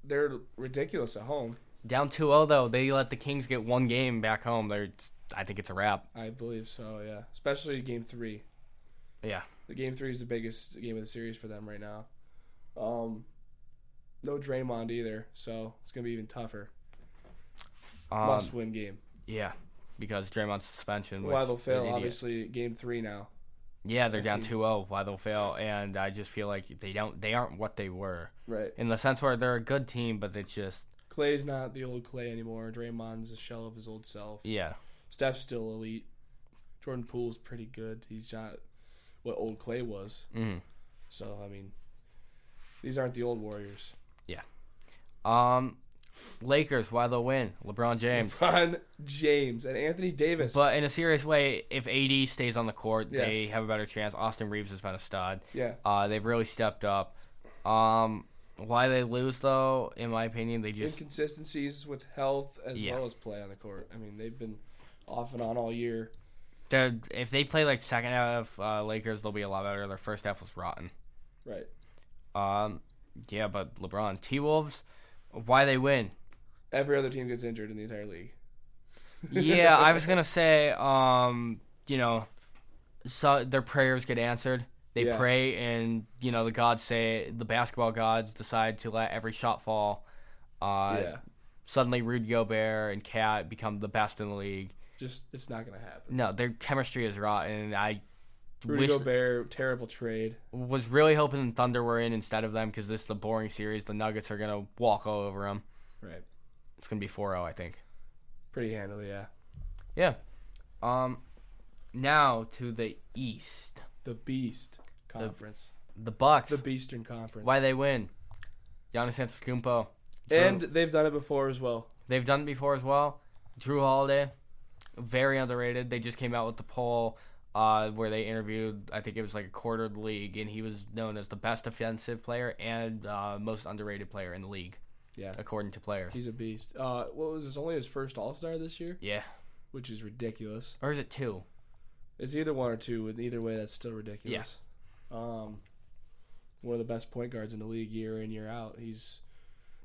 [SPEAKER 2] They're ridiculous at home,
[SPEAKER 1] Down 2-0 though, they let the Kings get one game back home. They're, I think it's a wrap.
[SPEAKER 2] I believe so. Yeah, especially game three.
[SPEAKER 1] Yeah,
[SPEAKER 2] The game three is the biggest game of the series for them right now. Um, no Draymond either, so it's gonna be even tougher.
[SPEAKER 1] um,
[SPEAKER 2] Must win game.
[SPEAKER 1] yeah, because Draymond's suspension. Was
[SPEAKER 2] Why they'll
[SPEAKER 1] an
[SPEAKER 2] fail?
[SPEAKER 1] idiot.
[SPEAKER 2] Obviously, game three now.
[SPEAKER 1] Yeah, they're
[SPEAKER 2] [LAUGHS]
[SPEAKER 1] down 2-0. Why they'll fail? And I just feel like they don't. They aren't what they were
[SPEAKER 2] Right.
[SPEAKER 1] in the sense where they're a good team, but it's just
[SPEAKER 2] Clay's not the old Clay anymore. Draymond's a shell of his old self.
[SPEAKER 1] yeah,
[SPEAKER 2] Steph's still elite. Jordan Poole's pretty good. He's not what old Clay was.
[SPEAKER 1] mm.
[SPEAKER 2] So I mean, these aren't the old Warriors. [LAUGHS]
[SPEAKER 1] um, Lakers. Why they'll win? LeBron James.
[SPEAKER 2] LeBron James and Anthony Davis.
[SPEAKER 1] But in a serious way, if AD stays on the court, they
[SPEAKER 2] Yes.
[SPEAKER 1] have a better chance. Austin Reeves has been a stud.
[SPEAKER 2] yeah,
[SPEAKER 1] Uh, they've really stepped up. Um, why they lose though, in my opinion, they just
[SPEAKER 2] inconsistencies with health as
[SPEAKER 1] Yeah.
[SPEAKER 2] well as play on the court. I mean, they've been off and on all year.
[SPEAKER 1] They're, if they play like second half uh, Lakers, they'll be a lot better. Their first half was rotten.
[SPEAKER 2] Right.
[SPEAKER 1] Um, yeah, but LeBron, T Wolves, why they win?
[SPEAKER 2] Every other team gets injured in the entire league.
[SPEAKER 1] Yeah, I was gonna say, um, you know, so their prayers get answered. They
[SPEAKER 2] Yeah.
[SPEAKER 1] pray, and you know the gods say the basketball gods decide to let every shot fall. Uh,
[SPEAKER 2] yeah.
[SPEAKER 1] Suddenly, Rudy Gobert and Cat become the best in the league.
[SPEAKER 2] Just it's not gonna happen.
[SPEAKER 1] No, their chemistry is rotten. and I
[SPEAKER 2] Rudy
[SPEAKER 1] Mm, wish,
[SPEAKER 2] Gobert, terrible trade.
[SPEAKER 1] was really hoping the Thunder were in instead of them because this is the boring series. The Nuggets are gonna walk all over them.
[SPEAKER 2] Right.
[SPEAKER 1] It's gonna be 4-0, I think.
[SPEAKER 2] Pretty handily, yeah.
[SPEAKER 1] Yeah. Um, now to the East,
[SPEAKER 2] The Beast Conference.
[SPEAKER 1] the Bucks.
[SPEAKER 2] The, Beastern Conference.
[SPEAKER 1] Why they win? Giannis Antetokounmpo. Drew-
[SPEAKER 2] and they've done it before as well.
[SPEAKER 1] they've done it before as well. Drew Holiday, very underrated. They just came out with the poll uh, where they interviewed. I think it was like a quarter of the league, and he was known as the best offensive player and uh, most underrated player in the league,
[SPEAKER 2] Yeah.
[SPEAKER 1] according to players.
[SPEAKER 2] He's a beast. Uh, what was this? Only his first All Star this year,
[SPEAKER 1] yeah,
[SPEAKER 2] which is ridiculous.
[SPEAKER 1] or is it two?
[SPEAKER 2] It's either one or two, and either way, that's still ridiculous. Um, one of the best point guards in the league, year in year out. He's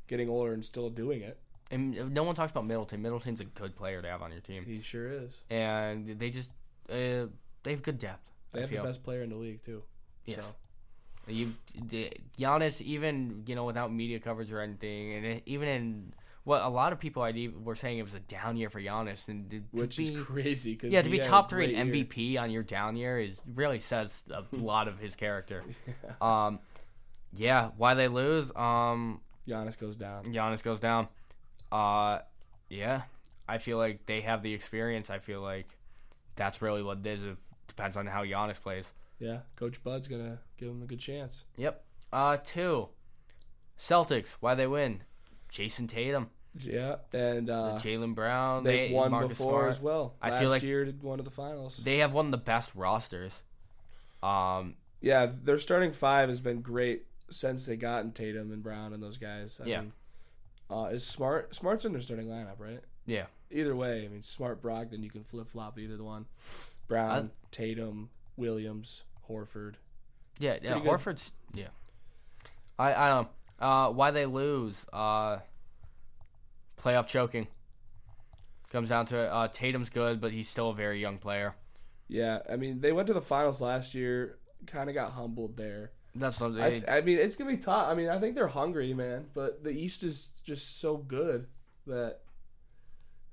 [SPEAKER 2] getting older and still doing it.
[SPEAKER 1] And no one talks about Middleton. Middleton's a good player to have on your team,
[SPEAKER 2] He sure is.
[SPEAKER 1] and they just uh, they have good depth.
[SPEAKER 2] They
[SPEAKER 1] I
[SPEAKER 2] have the
[SPEAKER 1] feel.
[SPEAKER 2] best player in the league too.
[SPEAKER 1] Yes.
[SPEAKER 2] So
[SPEAKER 1] You, the- Giannis, even you know, without media coverage or anything, and it- even in what a lot of people I were saying it was a down year for Giannis, and to
[SPEAKER 2] which
[SPEAKER 1] be,
[SPEAKER 2] is crazy because
[SPEAKER 1] yeah, to be top three in MVP on your down year is really says
[SPEAKER 2] [LAUGHS]
[SPEAKER 1] a lot of his character. Um, yeah, why they lose? Um,
[SPEAKER 2] Giannis goes down.
[SPEAKER 1] Giannis goes down. Uh, yeah, I feel like they have the experience. I feel like that's really what this is. Depends on how Giannis plays.
[SPEAKER 2] Yeah, Coach Bud's gonna give him a good chance.
[SPEAKER 1] Yep. Uh, two. Celtics. Why they win? Jason Tatum,
[SPEAKER 2] Yeah, and uh,
[SPEAKER 1] Jalen Brown.
[SPEAKER 2] they've
[SPEAKER 1] they
[SPEAKER 2] won
[SPEAKER 1] Marcus
[SPEAKER 2] before
[SPEAKER 1] Smart.
[SPEAKER 2] as well.
[SPEAKER 1] I
[SPEAKER 2] Last
[SPEAKER 1] feel like-
[SPEAKER 2] year did one of the finals.
[SPEAKER 1] They have one of the best rosters. Um,
[SPEAKER 2] Yeah, their starting five has been great since they gotten Tatum and Brown and those guys. I
[SPEAKER 1] Yeah.
[SPEAKER 2] mean, uh, is Smart Smart's in their starting lineup, right?
[SPEAKER 1] Yeah.
[SPEAKER 2] Either way, I mean Smart Brogdon, you can flip flop either one. Brown, Tatum, Williams, Horford.
[SPEAKER 1] yeah, yeah.
[SPEAKER 2] Pretty good.
[SPEAKER 1] Horford's. Yeah. I I don't. Know. Uh, why they lose? Uh, playoff choking. Comes down to it. Uh, Tatum's good, but he's still a very young player.
[SPEAKER 2] Yeah, I mean they went to the finals last year, kind of got humbled there.
[SPEAKER 1] That's something.
[SPEAKER 2] I, th- I mean it's gonna be tough. I mean I think they're hungry, man. But the East is just so good that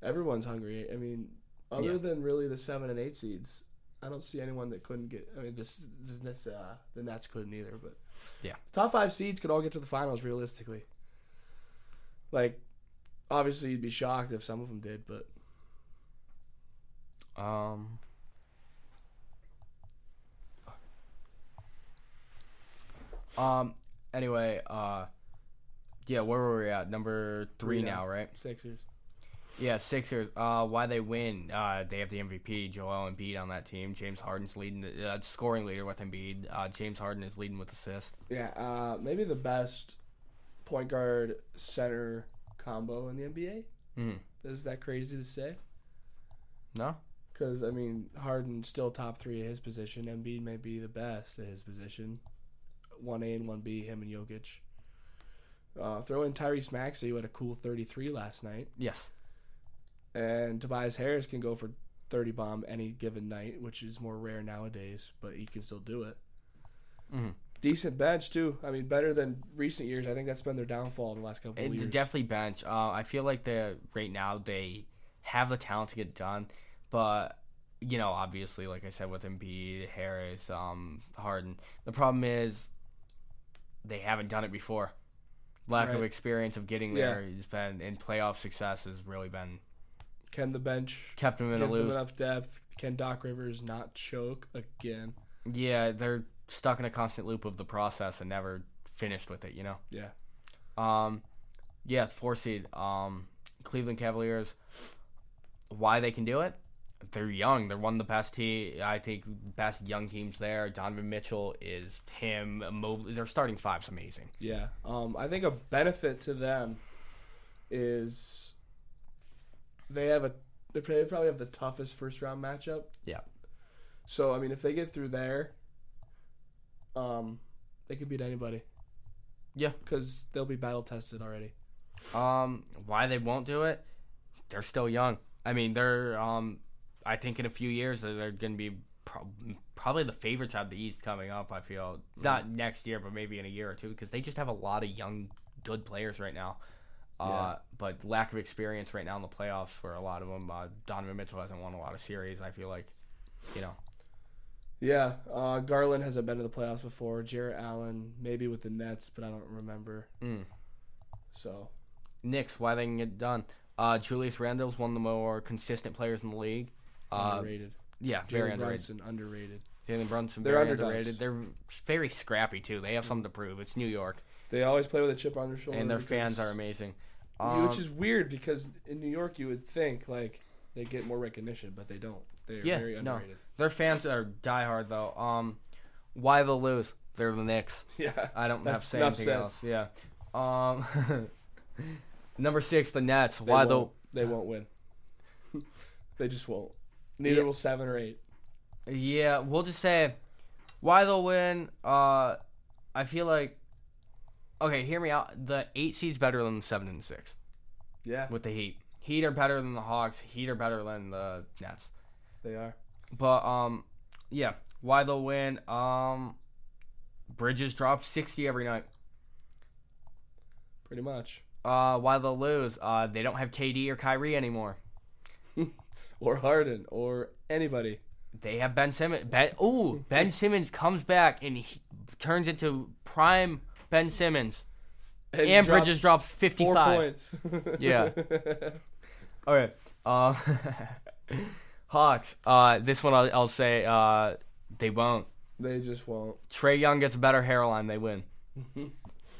[SPEAKER 2] everyone's hungry. I mean, other
[SPEAKER 1] Yeah.
[SPEAKER 2] than really the seven and eight seeds, I don't see anyone that couldn't get. I mean this this, this uh, the Nets couldn't either. But
[SPEAKER 1] Yeah.
[SPEAKER 2] top five seeds could all get to the finals realistically. Like, obviously you'd be shocked if some of them did, but
[SPEAKER 1] Um. Um. Anyway, uh, yeah, where were we at? Number three
[SPEAKER 2] Three now.
[SPEAKER 1] now, right?
[SPEAKER 2] Sixers.
[SPEAKER 1] Yeah, Sixers. Uh, why they win? Uh, they have the MVP, Joel Embiid on that team. James Harden's leading, the, uh, scoring leader with Embiid. Uh, James Harden is leading with assists.
[SPEAKER 2] Yeah, uh, maybe the best point guard center combo in the NBA.
[SPEAKER 1] Mm.
[SPEAKER 2] Is that crazy to say?
[SPEAKER 1] No,
[SPEAKER 2] Because I mean, Harden still top three at his position. Embiid may be the best at his position. One A and one B, him and Jokic. Uh, throw in Tyrese Maxey, who had a cool 33 last night,
[SPEAKER 1] yes,
[SPEAKER 2] and Tobias Harris can go for 30 bomb any given night, which is more rare nowadays, but he can still do it.
[SPEAKER 1] Mhm.
[SPEAKER 2] Decent bench too. I mean, better than recent years. I think that's been their downfall in the last couple of years.
[SPEAKER 1] it, definitely bench. Uh, I feel like they right now they have the talent to get it done, but you know, obviously, like I said, with Embiid, Harris, um, Harden, the problem is they haven't done it before. Lack of
[SPEAKER 2] Right.
[SPEAKER 1] experience of getting
[SPEAKER 2] Yeah.
[SPEAKER 1] there has been, and playoff success has really been
[SPEAKER 2] Can the bench
[SPEAKER 1] kept them in
[SPEAKER 2] give
[SPEAKER 1] a
[SPEAKER 2] them
[SPEAKER 1] lose.
[SPEAKER 2] enough depth? Can Doc Rivers not choke again?
[SPEAKER 1] Yeah, they're stuck in a constant loop of the process and never finished with it, you know?
[SPEAKER 2] Yeah.
[SPEAKER 1] Um, yeah, four seed. Um, Cleveland Cavaliers. Why they can do it? They're young. They're one of the best team. I think best young teams there. Donovan Mitchell is him. Mobley. Their starting five's amazing.
[SPEAKER 2] Yeah. Um, I think a benefit to them is they have a they probably probably have the toughest first round matchup.
[SPEAKER 1] Yeah.
[SPEAKER 2] So I mean, if they get through there, um, they could beat anybody.
[SPEAKER 1] Yeah.
[SPEAKER 2] because they'll be battle tested already.
[SPEAKER 1] Um, why they won't do it? They're still young. I mean, they're um, I think in a few years they're, they're going to be prob probably the favorites out of the East coming up. I feel
[SPEAKER 2] Mm-hmm.
[SPEAKER 1] not next year, but maybe in a year or two because they just have a lot of young good players right now. Uh, but lack of experience right now in the playoffs for a lot of them. Uh, Donovan Mitchell hasn't won a lot of series. I feel like, you know,
[SPEAKER 2] Yeah, uh, Garland hasn't been to the playoffs before. Jarrett Allen, maybe with the Nets, but I don't remember.
[SPEAKER 1] Mm.
[SPEAKER 2] So
[SPEAKER 1] Knicks why they can get done. Uh, Julius Randle's one of the more consistent players in the league. Uh,
[SPEAKER 2] underrated.
[SPEAKER 1] yeah, very
[SPEAKER 2] Jalen
[SPEAKER 1] underrated.
[SPEAKER 2] Brunson underrated.
[SPEAKER 1] Jalen Brunson,
[SPEAKER 2] They're
[SPEAKER 1] very
[SPEAKER 2] underdogs.
[SPEAKER 1] underrated. They're very scrappy too. They have something to prove. It's New York,
[SPEAKER 2] They always play with a chip on their shoulder.
[SPEAKER 1] and their
[SPEAKER 2] because-
[SPEAKER 1] fans are amazing.
[SPEAKER 2] Yeah,
[SPEAKER 1] Um,
[SPEAKER 2] which is weird because in New York you would think like they get more recognition, but they don't. They're
[SPEAKER 1] Yeah,
[SPEAKER 2] very
[SPEAKER 1] no.
[SPEAKER 2] underrated. [LAUGHS]
[SPEAKER 1] their fans are diehard though. Um, why they lose? They're the Knicks.
[SPEAKER 2] Yeah,
[SPEAKER 1] I don't have
[SPEAKER 2] That's
[SPEAKER 1] to say
[SPEAKER 2] enough
[SPEAKER 1] anything
[SPEAKER 2] said.
[SPEAKER 1] else. Yeah. Um, [LAUGHS] number six, the Nets. why
[SPEAKER 2] they
[SPEAKER 1] the?
[SPEAKER 2] won't, they won't win. [LAUGHS] they just won't. Neither
[SPEAKER 1] Yeah.
[SPEAKER 2] will seven or eight.
[SPEAKER 1] Yeah, we'll just say why they'll win. Uh, I feel like. Okay, hear me out. The eight seed's better than the seven and the six.
[SPEAKER 2] Yeah,
[SPEAKER 1] with the Heat. Heat are better than the Hawks. Heat are better than the Nets.
[SPEAKER 2] they are.
[SPEAKER 1] But um, yeah, why they'll win? Um, Bridges dropped sixty every night.
[SPEAKER 2] Pretty much.
[SPEAKER 1] Uh, why they'll lose? Uh, they don't have KD or Kyrie anymore.
[SPEAKER 2] Or Harden or anybody. [LAUGHS]
[SPEAKER 1] They have Ben Simmons. Ben, ooh, Ben Simmons comes back and he turns into prime Ben Simmons. And,
[SPEAKER 2] drops
[SPEAKER 1] Bridges drops
[SPEAKER 2] four
[SPEAKER 1] fifty-five.
[SPEAKER 2] points.
[SPEAKER 1] Yeah. All right. Um, [LAUGHS] Hawks. Uh, this one I'll, I'll say uh, they won't.
[SPEAKER 2] [LAUGHS] they just won't.
[SPEAKER 1] Trey Young gets a better hairline, they
[SPEAKER 2] [LAUGHS]
[SPEAKER 1] win.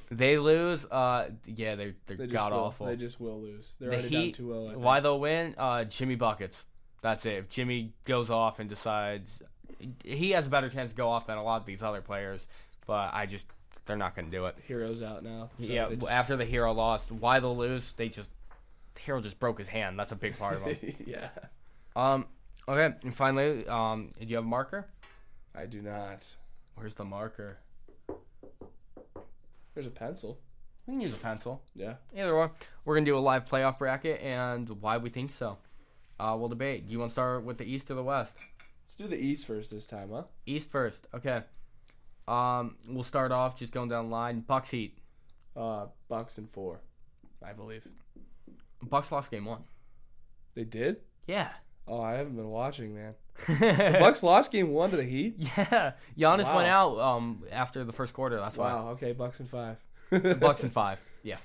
[SPEAKER 1] they lose, uh, yeah, they're, they're
[SPEAKER 2] They just
[SPEAKER 1] god
[SPEAKER 2] will.
[SPEAKER 1] awful.
[SPEAKER 2] They just will lose. They're
[SPEAKER 1] The
[SPEAKER 2] already
[SPEAKER 1] Heat-
[SPEAKER 2] down 2-0. I think.
[SPEAKER 1] Why they'll win? Uh, Jimmy buckets. That's it. If Jimmy goes off and decides, he has a better chance to go off than a lot of these other players. But I just, they're not going to do it.
[SPEAKER 2] Heroes out now. So
[SPEAKER 1] yeah.
[SPEAKER 2] they just- [LAUGHS]
[SPEAKER 1] After the hero lost, why they'll lose? They just, hero just broke his hand. That's a big part of
[SPEAKER 2] [LAUGHS]
[SPEAKER 1] him.
[SPEAKER 2] yeah.
[SPEAKER 1] um. Okay. And finally, um, do you have a marker?
[SPEAKER 2] I do not.
[SPEAKER 1] Where's the marker?
[SPEAKER 2] There's a pencil.
[SPEAKER 1] We can use a pencil.
[SPEAKER 2] Yeah.
[SPEAKER 1] Either one. We're going to do a live playoff bracket and why we think so. Uh, we'll debate. You want to start with the East or the West?
[SPEAKER 2] Let's do the East first this time, huh?
[SPEAKER 1] East first. Okay. Um, we'll start off just going down the line. Bucks Heat.
[SPEAKER 2] Uh, Bucks and four, I believe.
[SPEAKER 1] Bucks lost game one.
[SPEAKER 2] They did?
[SPEAKER 1] [LAUGHS] Yeah.
[SPEAKER 2] Oh, I haven't been watching, man.
[SPEAKER 1] Bucks.
[SPEAKER 2] Bucks lost game one to the Heat.
[SPEAKER 1] Yeah. Giannis
[SPEAKER 2] Wow.
[SPEAKER 1] went out um, after the first quarter. That's why.
[SPEAKER 2] Wow. Okay, Bucks and five.
[SPEAKER 1] Bucks
[SPEAKER 2] [LAUGHS]
[SPEAKER 1] and five. Yeah.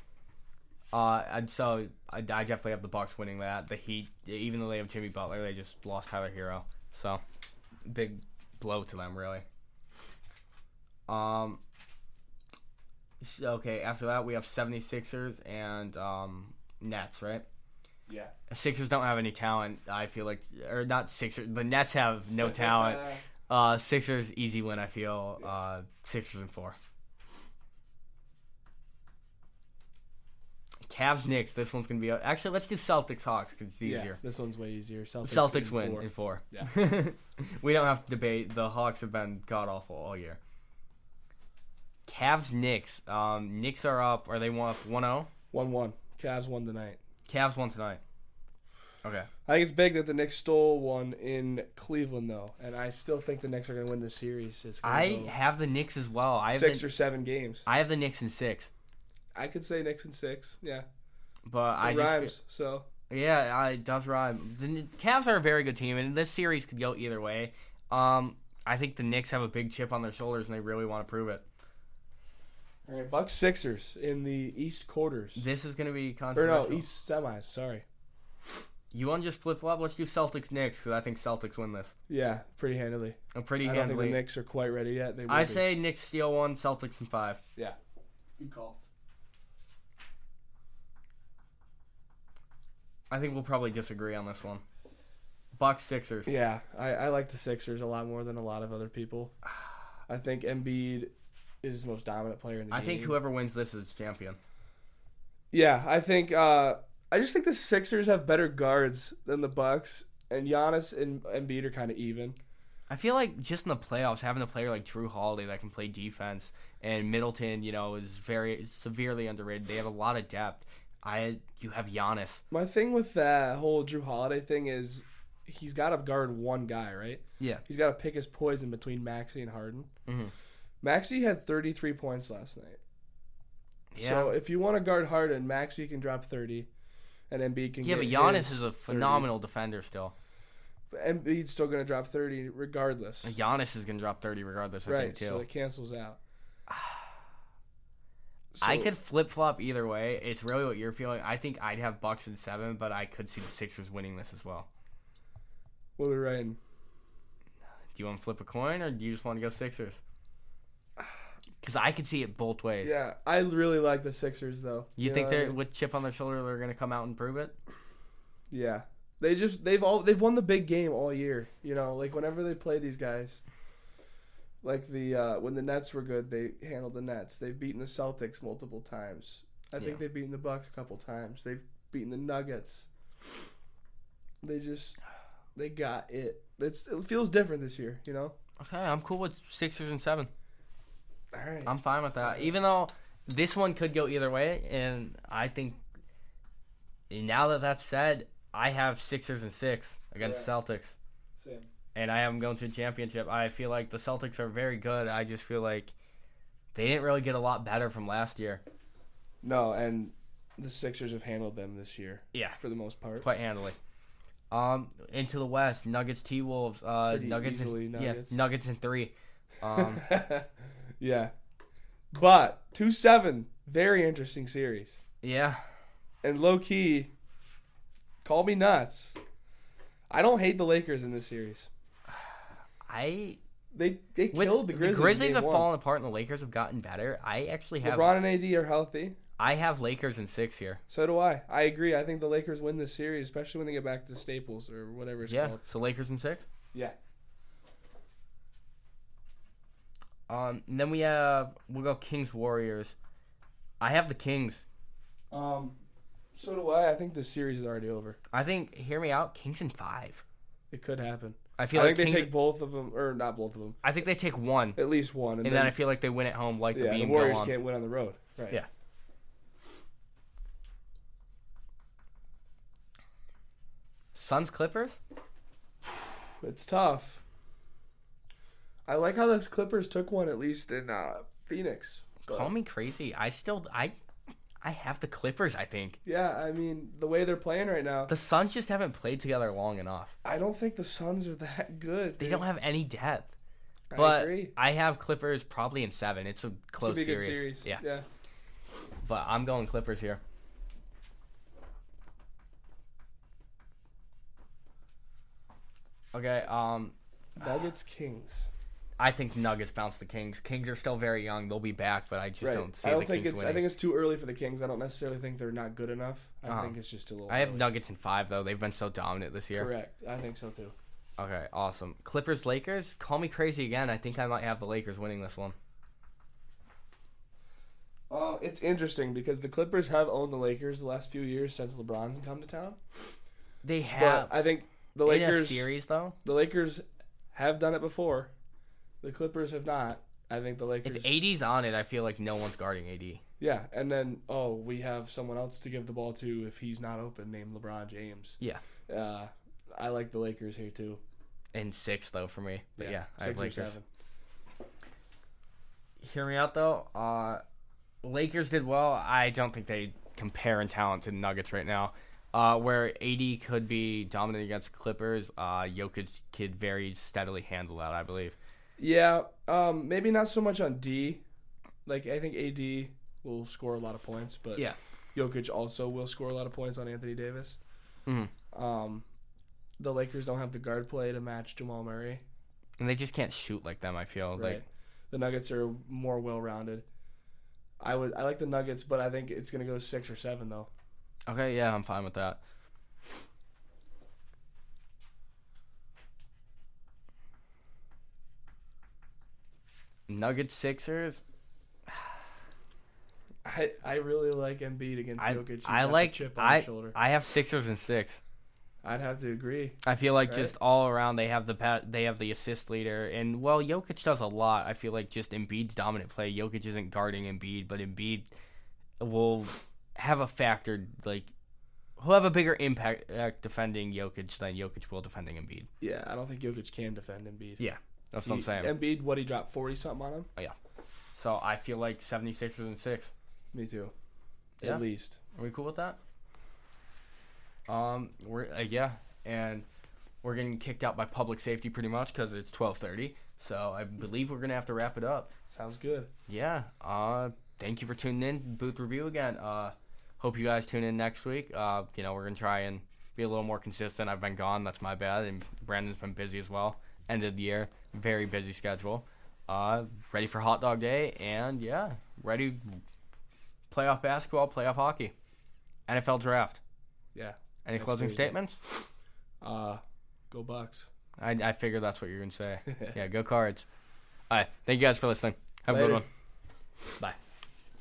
[SPEAKER 1] Uh, and so I, I definitely have the Bucks winning that. The Heat, even though they have Jimmy Butler, they just lost Tyler Hero. So big blow to them, really. Um. s- Okay, after that we have 76ers and um, Nets, right?
[SPEAKER 2] yeah.
[SPEAKER 1] Sixers don't have any talent. I feel like, or not Sixers. The Nets have
[SPEAKER 2] [LAUGHS]
[SPEAKER 1] no talent. Uh, Sixers easy win. I feel. Uh, Sixers and four. Cavs Knicks. This one's gonna be actually. Let's do Celtics Hawks because it's
[SPEAKER 2] Yeah,
[SPEAKER 1] easier.
[SPEAKER 2] this one's way easier. Celtics,
[SPEAKER 1] Celtics
[SPEAKER 2] in
[SPEAKER 1] win
[SPEAKER 2] four.
[SPEAKER 1] in four.
[SPEAKER 2] Yeah.
[SPEAKER 1] [LAUGHS] we don't have to debate. The Hawks have been god awful all year. Cavs Knicks. Um, Knicks are up. Are they one up 1-0?
[SPEAKER 2] One one. Cavs won tonight.
[SPEAKER 1] Cavs won tonight. Okay.
[SPEAKER 2] I think it's big that the Knicks stole one in Cleveland though, and I still think the Knicks are going to win this series. It's gonna
[SPEAKER 1] I
[SPEAKER 2] go
[SPEAKER 1] have the Knicks as well. I have
[SPEAKER 2] six
[SPEAKER 1] the,
[SPEAKER 2] or seven games.
[SPEAKER 1] I have the Knicks in six,
[SPEAKER 2] I could say Knicks in six. Yeah, it
[SPEAKER 1] but I just feel-
[SPEAKER 2] rhymes. so
[SPEAKER 1] Yeah, I- it does rhyme. The Kn- Cavs are a very good team, and this series could go either way. Um, I think the Knicks have a big chip on their shoulders, and they really want to prove it.
[SPEAKER 2] all right, Bucks Sixers in the East quarters
[SPEAKER 1] This is going to be
[SPEAKER 2] or no
[SPEAKER 1] controversial.
[SPEAKER 2] East semis. Sorry.
[SPEAKER 1] You want to just flip flop? Let's do Celtics Knicks because I think Celtics win this.
[SPEAKER 2] Yeah, pretty handily.
[SPEAKER 1] I'm pretty
[SPEAKER 2] I don't think the
[SPEAKER 1] handily.
[SPEAKER 2] Knicks are quite ready yet. They will
[SPEAKER 1] I
[SPEAKER 2] be.
[SPEAKER 1] say Knicks steal one, Celtics in five.
[SPEAKER 2] yeah. Good call.
[SPEAKER 1] I think we'll probably disagree on this one. Bucks Sixers.
[SPEAKER 2] Yeah, I, I like the Sixers a lot more than a lot of other people. I think Embiid is the most dominant player in the
[SPEAKER 1] I
[SPEAKER 2] game.
[SPEAKER 1] think whoever wins this is champion.
[SPEAKER 2] Yeah, I think. Uh, I just think the Sixers have better guards than the Bucks, and Giannis and Embiid are kind of even.
[SPEAKER 1] I feel like just in the playoffs, having a player like Drew Holiday that can play defense and Middleton, you know, is very severely underrated. They have a lot of depth. I you have Giannis.
[SPEAKER 2] My thing with that whole Drew Holiday thing is he's got to guard one guy, right?
[SPEAKER 1] Yeah.
[SPEAKER 2] He's got to pick his poison between Maxi and Harden.
[SPEAKER 1] Mhm.
[SPEAKER 2] Maxi had 33 points last night.
[SPEAKER 1] Yeah.
[SPEAKER 2] So if you want to guard Harden, Maxi can drop 30, and Embiid can.
[SPEAKER 1] yeah, but
[SPEAKER 2] get
[SPEAKER 1] Giannis
[SPEAKER 2] his
[SPEAKER 1] is a
[SPEAKER 2] 30.
[SPEAKER 1] phenomenal defender still.
[SPEAKER 2] Embiid's still going to drop 30 regardless.
[SPEAKER 1] And Giannis is gonna drop thirty regardless, I think
[SPEAKER 2] Right,
[SPEAKER 1] too.
[SPEAKER 2] so it cancels out.
[SPEAKER 1] [SIGHS] I
[SPEAKER 2] So-
[SPEAKER 1] could flip flop either way. It's really what you're feeling. I think I'd have Bucks in seven, but I could see the Sixers winning this as well.
[SPEAKER 2] What are we writing?
[SPEAKER 1] Do you want to flip a coin or do you just want to go
[SPEAKER 2] [SIGHS]
[SPEAKER 1] Sixers? Because I could see it both ways.
[SPEAKER 2] Yeah, I really like the Sixers though.
[SPEAKER 1] You
[SPEAKER 2] know
[SPEAKER 1] think
[SPEAKER 2] what I
[SPEAKER 1] they're
[SPEAKER 2] mean?
[SPEAKER 1] with chip on their shoulder they're gonna come out and prove it?
[SPEAKER 2] Yeah, they just they've all they've won the big game all year. You know, like whenever they play these guys, like the uh, when the Nets were good, they handled the Nets. They've beaten the Celtics multiple times. I
[SPEAKER 1] Yeah.
[SPEAKER 2] think they've beaten the Bucks a couple times. They've beaten the Nuggets. They just they got it. It's, it feels different this year. You know.
[SPEAKER 1] Okay, I'm cool with Sixers and seven.
[SPEAKER 2] All right.
[SPEAKER 1] I'm fine with that. Even though this one could go either way, and I think now that that's said, I have Sixers and six against
[SPEAKER 2] Yeah.
[SPEAKER 1] Celtics,
[SPEAKER 2] Same.
[SPEAKER 1] and I am going to a championship. I feel like the Celtics are very good. I just feel like they didn't really get a lot better from last year.
[SPEAKER 2] No, and the Sixers have handled them this year
[SPEAKER 1] Yeah,
[SPEAKER 2] for the most part.
[SPEAKER 1] quite handily. Um, into the West, Nuggets, T Wolves, uh,
[SPEAKER 2] Pretty
[SPEAKER 1] Nuggets,
[SPEAKER 2] easily
[SPEAKER 1] and,
[SPEAKER 2] Nuggets.
[SPEAKER 1] yeah, Nuggets and three.
[SPEAKER 2] [LAUGHS]
[SPEAKER 1] Um,
[SPEAKER 2] yeah. But 2 7, very interesting series.
[SPEAKER 1] yeah,
[SPEAKER 2] And low key, call me nuts. I don't hate the Lakers in this series.
[SPEAKER 1] I
[SPEAKER 2] They they
[SPEAKER 1] with,
[SPEAKER 2] killed the Grizzlies. in game
[SPEAKER 1] have
[SPEAKER 2] one.
[SPEAKER 1] fallen apart, and the Lakers have gotten better. I actually have
[SPEAKER 2] LeBron and AD are healthy.
[SPEAKER 1] I have Lakers in six here.
[SPEAKER 2] So do I. I agree. I think the Lakers win this series, especially when they get back to Staples or whatever it's
[SPEAKER 1] yeah,
[SPEAKER 2] called.
[SPEAKER 1] so Lakers in six.
[SPEAKER 2] Yeah.
[SPEAKER 1] Um, and then we have we'll go Kings Warriors. I have the Kings.
[SPEAKER 2] Um, so do I. I think this series is already over.
[SPEAKER 1] I think hear me out. Kings in five.
[SPEAKER 2] It could happen.
[SPEAKER 1] I
[SPEAKER 2] I
[SPEAKER 1] feel like
[SPEAKER 2] think
[SPEAKER 1] Kings,
[SPEAKER 2] they take both of them, or not both of them,
[SPEAKER 1] I think they take one, and,
[SPEAKER 2] at least one. And,
[SPEAKER 1] then, I feel like they win at home, like the
[SPEAKER 2] yeah, the
[SPEAKER 1] beam
[SPEAKER 2] Warriors
[SPEAKER 1] go on.
[SPEAKER 2] can't win on the road. Right.
[SPEAKER 1] Yeah. Suns Clippers.
[SPEAKER 2] It's tough. I like how the Clippers took one at least in uh, Phoenix. but-
[SPEAKER 1] Call me crazy. I still I I have the Clippers. I think
[SPEAKER 2] Yeah, I mean the way they're playing right now,
[SPEAKER 1] the Suns just haven't played together long enough.
[SPEAKER 2] I don't think the Suns are that [LAUGHS] good.
[SPEAKER 1] They
[SPEAKER 2] dude.
[SPEAKER 1] don't have any depth.
[SPEAKER 2] I
[SPEAKER 1] But I,
[SPEAKER 2] agree.
[SPEAKER 1] have Clippers probably in seven. It's a
[SPEAKER 2] It'll
[SPEAKER 1] close
[SPEAKER 2] be a good
[SPEAKER 1] series.
[SPEAKER 2] series.
[SPEAKER 1] Yeah,
[SPEAKER 2] yeah.
[SPEAKER 1] but I'm going Clippers here. Okay, um,
[SPEAKER 2] Nuggets Kings.
[SPEAKER 1] I think Nuggets bounce the Kings. Kings are still very young; they'll be back, but I just
[SPEAKER 2] Right.
[SPEAKER 1] don't see
[SPEAKER 2] I don't
[SPEAKER 1] the
[SPEAKER 2] think
[SPEAKER 1] Kings
[SPEAKER 2] it's. I
[SPEAKER 1] winning.
[SPEAKER 2] think it's too early for the Kings. I don't necessarily think they're not good enough. I
[SPEAKER 1] Uh-huh.
[SPEAKER 2] think it's just a little.
[SPEAKER 1] I have
[SPEAKER 2] early.
[SPEAKER 1] Nuggets in five though; they've been so dominant this year.
[SPEAKER 2] Correct. I think so too.
[SPEAKER 1] Okay, awesome. Clippers Lakers. Call me crazy again. I think I might have the Lakers winning this one.
[SPEAKER 2] Oh, it's interesting because the Clippers have owned the Lakers the last few years since LeBron's come to town.
[SPEAKER 1] They have
[SPEAKER 2] But I think the
[SPEAKER 1] in a
[SPEAKER 2] Lakers
[SPEAKER 1] series though.
[SPEAKER 2] the Lakers have done it before. The Clippers have not. I think the Lakers.
[SPEAKER 1] If AD's on it, I feel like no one's guarding AD.
[SPEAKER 2] Yeah, and then oh, we have someone else to give the ball to if he's not open, named LeBron James.
[SPEAKER 1] Yeah.
[SPEAKER 2] Uh, I like the Lakers here too.
[SPEAKER 1] In six though for me, but yeah, I
[SPEAKER 2] six
[SPEAKER 1] have
[SPEAKER 2] or
[SPEAKER 1] Lakers.
[SPEAKER 2] seven.
[SPEAKER 1] hear me out though. Uh, Lakers did well. I don't think they compare in talent to Nuggets right now. Uh, where AD could be dominant against Clippers, uh, Jokic could very steadily handle that. I believe.
[SPEAKER 2] Yeah, um, maybe not so much on D. Like I think AD will score a lot of points, but
[SPEAKER 1] Yeah.
[SPEAKER 2] Jokic also will score a lot of points on Anthony Davis.
[SPEAKER 1] Mhm.
[SPEAKER 2] Um, the Lakers don't have the guard play to match Jamal Murray.
[SPEAKER 1] And they just can't shoot like them. I feel
[SPEAKER 2] Right.
[SPEAKER 1] like
[SPEAKER 2] the Nuggets are more well rounded. I would I like the Nuggets, but I think it's gonna go six or seven though.
[SPEAKER 1] okay, yeah, I'm fine with that. Nuggets Sixers.
[SPEAKER 2] I, I really like Embiid against
[SPEAKER 1] I,
[SPEAKER 2] Jokic. He's
[SPEAKER 1] I
[SPEAKER 2] got the
[SPEAKER 1] like
[SPEAKER 2] chip on
[SPEAKER 1] I,
[SPEAKER 2] his shoulder.
[SPEAKER 1] I have Sixers and six.
[SPEAKER 2] I'd have to agree.
[SPEAKER 1] I feel like
[SPEAKER 2] Right.
[SPEAKER 1] just all around they have the pat, they have the assist leader, and well, Jokic does a lot. I feel like just Embiid's dominant play. Jokic isn't guarding Embiid, but Embiid will have a factor like he'll have a bigger impact uh, defending Jokic than Jokic will defending Embiid.
[SPEAKER 2] Yeah, I don't think Jokic can defend Embiid.
[SPEAKER 1] Yeah, that's what I'm
[SPEAKER 2] He-
[SPEAKER 1] saying.
[SPEAKER 2] Embiid, what he dropped forty something on him.
[SPEAKER 1] So I feel like 76ers and six.
[SPEAKER 2] Me too.
[SPEAKER 1] Yeah.
[SPEAKER 2] At least.
[SPEAKER 1] Are we cool with that? Um, we're uh, yeah, and we're getting kicked out by public safety pretty much because it's 12:30. So I believe we're gonna have to wrap it up.
[SPEAKER 2] Sounds good.
[SPEAKER 1] Yeah. Uh, thank you for tuning in, to Booth Review again. Uh, hope you guys tune in next week. Uh, you know, we're gonna try and be a little more consistent. I've been gone, that's my bad, and Brandon's been busy as well. End of the year, very busy schedule. Uh, ready for hot dog day, and yeah, ready playoff basketball, playoff hockey, NFL draft.
[SPEAKER 2] Yeah.
[SPEAKER 1] Any
[SPEAKER 2] Next
[SPEAKER 1] closing
[SPEAKER 2] Tuesday.
[SPEAKER 1] statements?
[SPEAKER 2] Uh, go Bucks. [LAUGHS]
[SPEAKER 1] I, I figure that's what you're gonna say. yeah, go cards. All right, thank you guys for listening. Have a good
[SPEAKER 2] Later.
[SPEAKER 1] one. Bye.